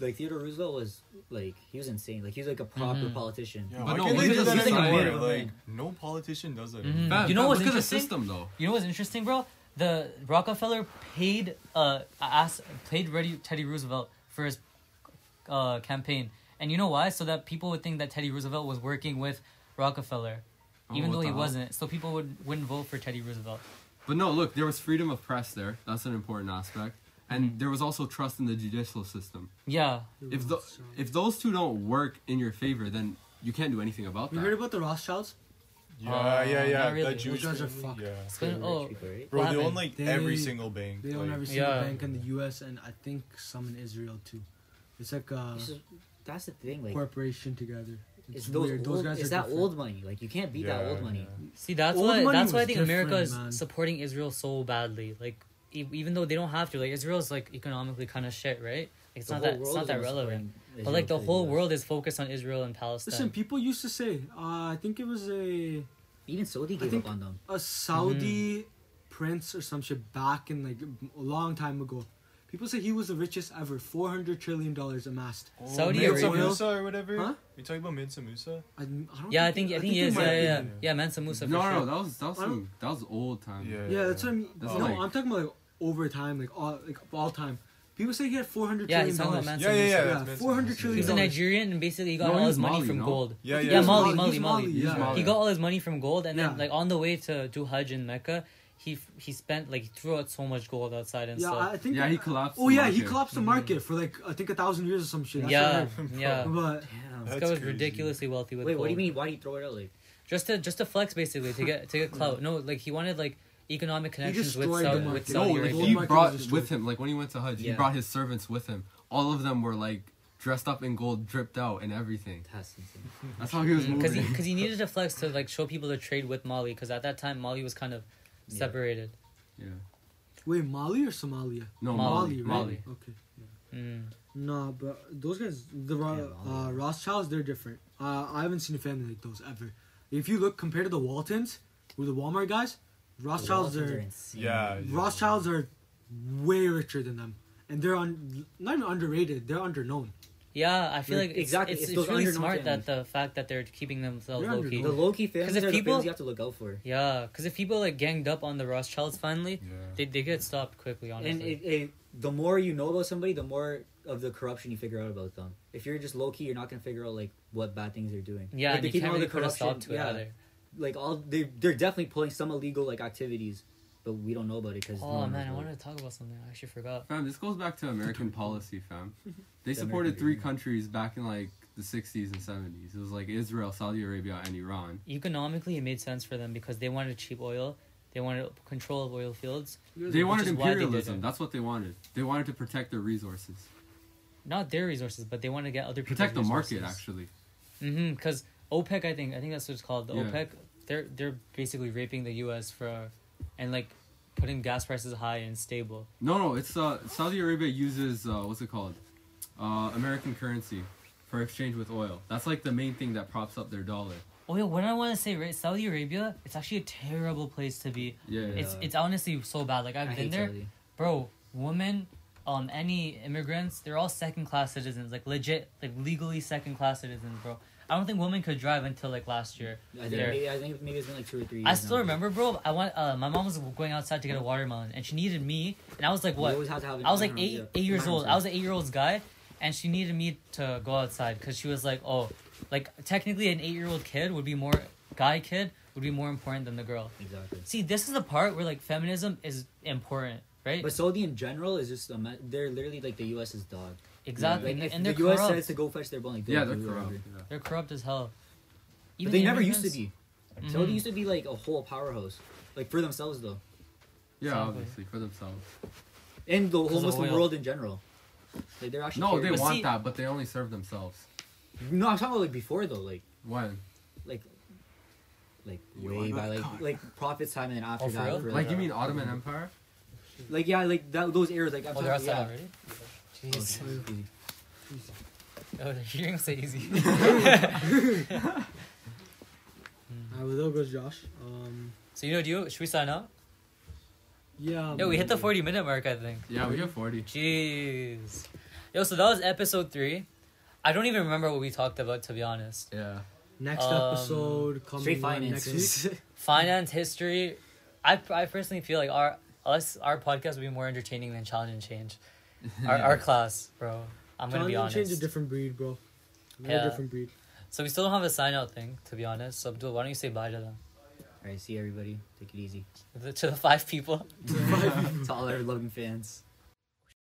Speaker 6: like Theodore Roosevelt, was like he was insane. Like he was like a proper
Speaker 1: Mhm.
Speaker 6: politician.
Speaker 4: Yeah,
Speaker 2: But
Speaker 4: why
Speaker 2: no,
Speaker 4: can't
Speaker 2: look
Speaker 4: they
Speaker 2: at
Speaker 4: do
Speaker 2: the
Speaker 4: that
Speaker 2: system.
Speaker 4: anymore?
Speaker 1: Yeah.
Speaker 4: Like, no politician does
Speaker 5: Mm-hmm.
Speaker 4: that.
Speaker 1: Mhm.
Speaker 4: anymore.
Speaker 2: Fam,
Speaker 1: You know
Speaker 2: fam,
Speaker 1: what's
Speaker 2: look at the
Speaker 1: interesting?
Speaker 2: system though.
Speaker 1: You know what's interesting, bro? The Rockefeller paid uh ass paid Ready Teddy Roosevelt for his uh campaign, and you know why? So that people would think that Teddy Roosevelt was working with Rockefeller,
Speaker 2: Oh,
Speaker 1: even
Speaker 2: what
Speaker 1: though
Speaker 2: the
Speaker 1: he
Speaker 2: hell?
Speaker 1: wasn't. So people would wouldn't vote for Teddy Roosevelt.
Speaker 2: But no, look, there was freedom of press there. That's an important aspect,
Speaker 1: Mm-hmm.
Speaker 2: and there was also trust in the judicial system.
Speaker 1: Yeah,
Speaker 2: If the if those two don't work in your favor, then you can't do anything about
Speaker 5: you heard
Speaker 2: that.
Speaker 5: about the Rothschilds?
Speaker 1: Uh,
Speaker 4: Yeah, yeah, yeah.
Speaker 1: not really.
Speaker 4: That
Speaker 5: Those
Speaker 4: Jewish
Speaker 5: guys are
Speaker 4: family,
Speaker 5: fucked.
Speaker 4: Yeah.
Speaker 1: Spin-
Speaker 6: Really
Speaker 1: oh,
Speaker 6: rich people, right?
Speaker 4: Bro,
Speaker 1: What
Speaker 4: they own
Speaker 1: happened?
Speaker 4: like
Speaker 5: They-
Speaker 4: every single bank.
Speaker 5: They own
Speaker 4: like-
Speaker 5: every single
Speaker 1: Yeah.
Speaker 5: bank in the U.S. and I think some in Israel too. It's like a
Speaker 6: It's just- that's the thing. Like
Speaker 5: corporation together.
Speaker 6: it's those,
Speaker 5: weird.
Speaker 6: old, it's that
Speaker 5: different.
Speaker 6: old money. Like you can't beat that
Speaker 4: Yeah,
Speaker 6: old money.
Speaker 4: yeah.
Speaker 1: See, that's
Speaker 5: Old
Speaker 1: why.
Speaker 5: money
Speaker 1: That's why I
Speaker 5: was
Speaker 1: think America
Speaker 5: different,
Speaker 1: is
Speaker 5: man.
Speaker 1: supporting Israel so badly. Like, e- even though they don't have to, like Israel's like economically kind of shit, right? Like, it's
Speaker 6: The
Speaker 1: not
Speaker 6: whole
Speaker 1: that. It's
Speaker 6: world
Speaker 1: not
Speaker 6: is
Speaker 1: that
Speaker 6: almost
Speaker 1: relevant.
Speaker 6: supporting
Speaker 1: But like
Speaker 6: Israel
Speaker 1: the
Speaker 6: to
Speaker 1: whole
Speaker 6: US.
Speaker 1: world is focused on Israel and Palestine.
Speaker 5: Listen, people used to say. Uh, I think it was a
Speaker 6: Even Saudi gave
Speaker 5: think-
Speaker 6: up on them.
Speaker 5: a Saudi prince or some shit back in like a long time ago. People say he was the richest ever, four hundred trillion dollars amassed.
Speaker 4: Oh,
Speaker 1: Saudi
Speaker 4: Mansa
Speaker 5: Arabia.
Speaker 4: Musa or whatever.
Speaker 5: Huh?
Speaker 4: You talking about Mansa Musa?
Speaker 5: I, I don't
Speaker 1: yeah, I think. I think he is.
Speaker 5: they
Speaker 1: Yeah,
Speaker 5: might-
Speaker 1: yeah, yeah.
Speaker 4: be.
Speaker 1: Yeah, Mansa Musa.
Speaker 2: No,
Speaker 1: for
Speaker 2: no,
Speaker 1: sure.
Speaker 2: that was that was some, that was old time.
Speaker 4: Yeah.
Speaker 5: Yeah, that's what I mean.
Speaker 2: That's
Speaker 5: no,
Speaker 2: like-
Speaker 5: I'm talking about like over time, like all like of all time. People say he had four hundred
Speaker 1: Yeah,
Speaker 5: trillion
Speaker 1: he's talking about
Speaker 5: dollars.
Speaker 1: Mansa
Speaker 4: Yeah, yeah,
Speaker 1: Musa.
Speaker 4: yeah.
Speaker 5: Yeah,
Speaker 4: that's Mansa
Speaker 5: 400
Speaker 4: Musa.
Speaker 5: trillion
Speaker 1: He's a
Speaker 5: dollars.
Speaker 1: Nigerian and basically he got
Speaker 2: No, he
Speaker 1: all
Speaker 2: was
Speaker 1: his money
Speaker 2: Mali,
Speaker 1: from
Speaker 2: no?
Speaker 1: gold.
Speaker 4: Yeah,
Speaker 5: He
Speaker 4: yeah.
Speaker 1: Yeah,
Speaker 5: was
Speaker 1: Mali,
Speaker 5: Mali,
Speaker 1: Mali,
Speaker 5: he's
Speaker 1: Mali.
Speaker 5: Mali,
Speaker 2: He's
Speaker 5: yeah.
Speaker 1: He
Speaker 2: Mali.
Speaker 1: got all his money from gold, and then
Speaker 5: Yeah.
Speaker 1: like on the way to do Hajj in Mecca, he f- he spent like he threw out so much gold outside and
Speaker 5: Yeah,
Speaker 1: stuff.
Speaker 5: I think.
Speaker 2: Yeah, he collapsed
Speaker 5: Oh
Speaker 2: the
Speaker 5: yeah, he
Speaker 2: market. Mm-hmm.
Speaker 5: collapsed the market for like I think a thousand years or some shit. That's
Speaker 1: yeah,
Speaker 5: what I
Speaker 1: yeah.
Speaker 5: heard. But
Speaker 6: Damn.
Speaker 1: This
Speaker 4: That's
Speaker 1: guy was
Speaker 4: crazy.
Speaker 1: ridiculously wealthy with
Speaker 6: Wait,
Speaker 1: gold.
Speaker 6: what do you mean? Why do you throw it out? Like
Speaker 1: Just to just to flex basically to get to get clout. No, like he wanted like economic connections with
Speaker 5: destroyed
Speaker 1: Saudi,
Speaker 5: the
Speaker 1: with
Speaker 5: market.
Speaker 2: No,
Speaker 1: Saudi
Speaker 5: Saudi
Speaker 2: like
Speaker 5: Arabia.
Speaker 2: he
Speaker 1: Arabia.
Speaker 5: Market
Speaker 2: brought
Speaker 5: was destroyed.
Speaker 2: with him, like when he went to Hajj, he
Speaker 6: Yeah.
Speaker 2: brought his servants with him. All of them were like dressed up in gold, dripped out, and everything.
Speaker 6: that's insane.
Speaker 2: That's how he was
Speaker 1: Because
Speaker 2: moving.
Speaker 1: he because he needed to flex to like show people to trade with Mali because at that time Mali was kind of
Speaker 6: Yeah.
Speaker 1: separated.
Speaker 2: yeah.
Speaker 5: wait, Mali or Somalia?
Speaker 2: No,
Speaker 1: Oh, Mali,
Speaker 2: Mali,
Speaker 1: right?
Speaker 2: Mali.
Speaker 5: Okay.
Speaker 1: Mm.
Speaker 5: No, but those guys, the Ro-
Speaker 6: Yeah, Mali.
Speaker 5: uh, Rothschilds, they're different. Uh, I haven't seen a family like those ever. If you look compared to the Waltons, who are the Walmart guys,
Speaker 6: The
Speaker 5: Rothschilds
Speaker 6: Waltons
Speaker 5: are
Speaker 6: insane.
Speaker 4: Yeah. yeah.
Speaker 5: Rothschilds are way richer than them, and they're un- not even underrated. They're underknown.
Speaker 1: Yeah, I feel
Speaker 6: Like,
Speaker 1: like it's,
Speaker 6: exactly,
Speaker 1: It's,
Speaker 6: it's
Speaker 1: it's,
Speaker 6: those
Speaker 1: really
Speaker 6: underdog
Speaker 1: smart that
Speaker 6: families.
Speaker 1: the fact that they're keeping themselves
Speaker 5: They're
Speaker 1: low key.
Speaker 5: underdog.
Speaker 6: The low key
Speaker 1: if
Speaker 6: families are the
Speaker 1: people-
Speaker 6: families you have to look out for.
Speaker 1: Yeah, because if people like ganged up on the Rothschilds finally,
Speaker 4: Yeah.
Speaker 1: they they get stopped quickly. Honestly,
Speaker 6: And it, it, the more you know about somebody, the more of the corruption you figure out about them. If you're just low key, you're not gonna figure out like what bad things they're doing.
Speaker 1: yeah,
Speaker 6: like,
Speaker 1: and you can't really put a stop to it
Speaker 6: yeah,
Speaker 1: either.
Speaker 6: like all they they're definitely pulling some illegal like activities but we don't know about it because
Speaker 1: Oh man, I wanted to talk about something. I actually forgot.
Speaker 2: Fam, this goes back to American policy, fam. They
Speaker 6: The
Speaker 2: supported
Speaker 6: American
Speaker 2: three
Speaker 6: dream.
Speaker 2: countries back in like the 60s and 70s. It was like Israel, Saudi Arabia, and Iran.
Speaker 1: Economically, it made sense for them because they wanted cheap oil. They wanted control of oil fields.
Speaker 2: They wanted
Speaker 1: is why they did
Speaker 2: imperialism.
Speaker 1: it.
Speaker 2: That's what they wanted. They wanted to protect their resources,
Speaker 1: Not their resources, but they wanted to get other people.
Speaker 2: protect the market, actually.
Speaker 1: Mm-hmm. Because OPEC, I think, I think that's what it's called. The
Speaker 2: Yeah.
Speaker 1: OPEC, they're they're basically raping the U.S. for, and like, putting gas prices high and stable.
Speaker 2: No, no, it's uh, Saudi Arabia uses uh, what's it called, uh, American currency for exchange with oil. That's like the main thing that props up their dollar.
Speaker 1: Oh yeah, what I want to say, right? Saudi Arabia, it's actually a terrible place to be.
Speaker 2: Yeah, yeah.
Speaker 1: It's it's honestly so bad. Like I've been there, bro. Women, um, any immigrants, they're all second class citizens. Like legit, like legally second class citizens, bro. I don't think women could drive until like last year.
Speaker 6: I think,
Speaker 1: there.
Speaker 6: maybe, I think maybe it's been like two or three.
Speaker 1: I
Speaker 6: years
Speaker 1: still
Speaker 6: now.
Speaker 1: remember, bro. I want uh, my mom was going outside to get a watermelon, and she needed me, and I was like,
Speaker 6: We
Speaker 1: what?
Speaker 6: always have to have an
Speaker 1: I was like
Speaker 6: honor,
Speaker 1: eight
Speaker 6: yeah.
Speaker 1: eight years
Speaker 6: Mine
Speaker 1: old.
Speaker 6: too.
Speaker 1: I was an eight year old's guy, and she needed me to go outside because she was like, oh, like technically an eight year old kid would be more guy kid would be more important than the girl.
Speaker 6: exactly.
Speaker 1: See, this is the part where like feminism is important, right?
Speaker 6: But Saudi in general is just a me- they're literally like the U.S.'s dog.
Speaker 1: exactly,
Speaker 6: Like
Speaker 1: and,
Speaker 6: if
Speaker 1: and
Speaker 6: the
Speaker 1: they're
Speaker 6: U.S.
Speaker 1: corrupt.
Speaker 6: says to go fetch their bone, like
Speaker 2: Yeah,
Speaker 6: they'll
Speaker 2: they're
Speaker 6: do
Speaker 2: corrupt.
Speaker 6: whatever.
Speaker 2: Yeah.
Speaker 1: They're corrupt as hell.
Speaker 6: But
Speaker 1: Even
Speaker 6: they
Speaker 1: the
Speaker 6: never used to
Speaker 1: immigrants-
Speaker 6: be.
Speaker 1: Mhm.
Speaker 6: Saudi used to be like a whole powerhouse, like for themselves though,
Speaker 2: Yeah,
Speaker 1: Exactly.
Speaker 2: obviously for themselves.
Speaker 6: and the whole
Speaker 1: Because of
Speaker 6: Muslim
Speaker 1: oil.
Speaker 6: world in general. Like they're actually
Speaker 2: No, they
Speaker 6: curious.
Speaker 1: But
Speaker 2: want
Speaker 1: see-
Speaker 2: that, but they only serve themselves.
Speaker 6: No, I'm talking about like before though, like
Speaker 2: When?
Speaker 6: like like
Speaker 2: You
Speaker 6: way
Speaker 2: are
Speaker 6: by
Speaker 2: not
Speaker 6: like
Speaker 2: God.
Speaker 6: like prophet's time and then after
Speaker 1: Oh, for
Speaker 6: that,
Speaker 1: real?
Speaker 6: for,
Speaker 2: Like you mean Ottoman Empire?
Speaker 6: like yeah, like that, those eras. Like I'm
Speaker 1: Oh,
Speaker 6: talking
Speaker 1: they're
Speaker 6: about
Speaker 1: outside
Speaker 6: yeah.
Speaker 1: already.
Speaker 6: Oh,
Speaker 1: Jeez.
Speaker 6: this is crazy.
Speaker 1: Oh, the hearing's so easy.
Speaker 5: I well, there goes Uh, Josh. Um,
Speaker 1: so you know, do you should we sign up?
Speaker 5: yeah.
Speaker 6: Oh,
Speaker 1: Yo, we hit the
Speaker 5: maybe.
Speaker 1: forty minute mark, I think.
Speaker 2: Yeah, we have forty.
Speaker 1: Jeez. Yo, so that was episode three. I don't even remember what we talked about to be honest.
Speaker 2: Yeah.
Speaker 5: Next
Speaker 1: Um,
Speaker 5: episode coming
Speaker 6: Straight
Speaker 5: out next
Speaker 6: finances.
Speaker 5: week.
Speaker 1: Finance history. I, I personally feel like our us our podcast would be more entertaining than Challenge and Change. Our, our class, bro. I'm gonna
Speaker 5: Challenge
Speaker 1: be
Speaker 5: and Change a
Speaker 1: honest.
Speaker 5: different breed, bro. We're
Speaker 1: Yeah.
Speaker 5: a different breed.
Speaker 1: So we still don't have a sign out thing, to be honest. So Abdul, why don't you say bye to them?
Speaker 6: All right, see everybody. Take it easy.
Speaker 1: To the- To the five people.
Speaker 6: to all our loving fans.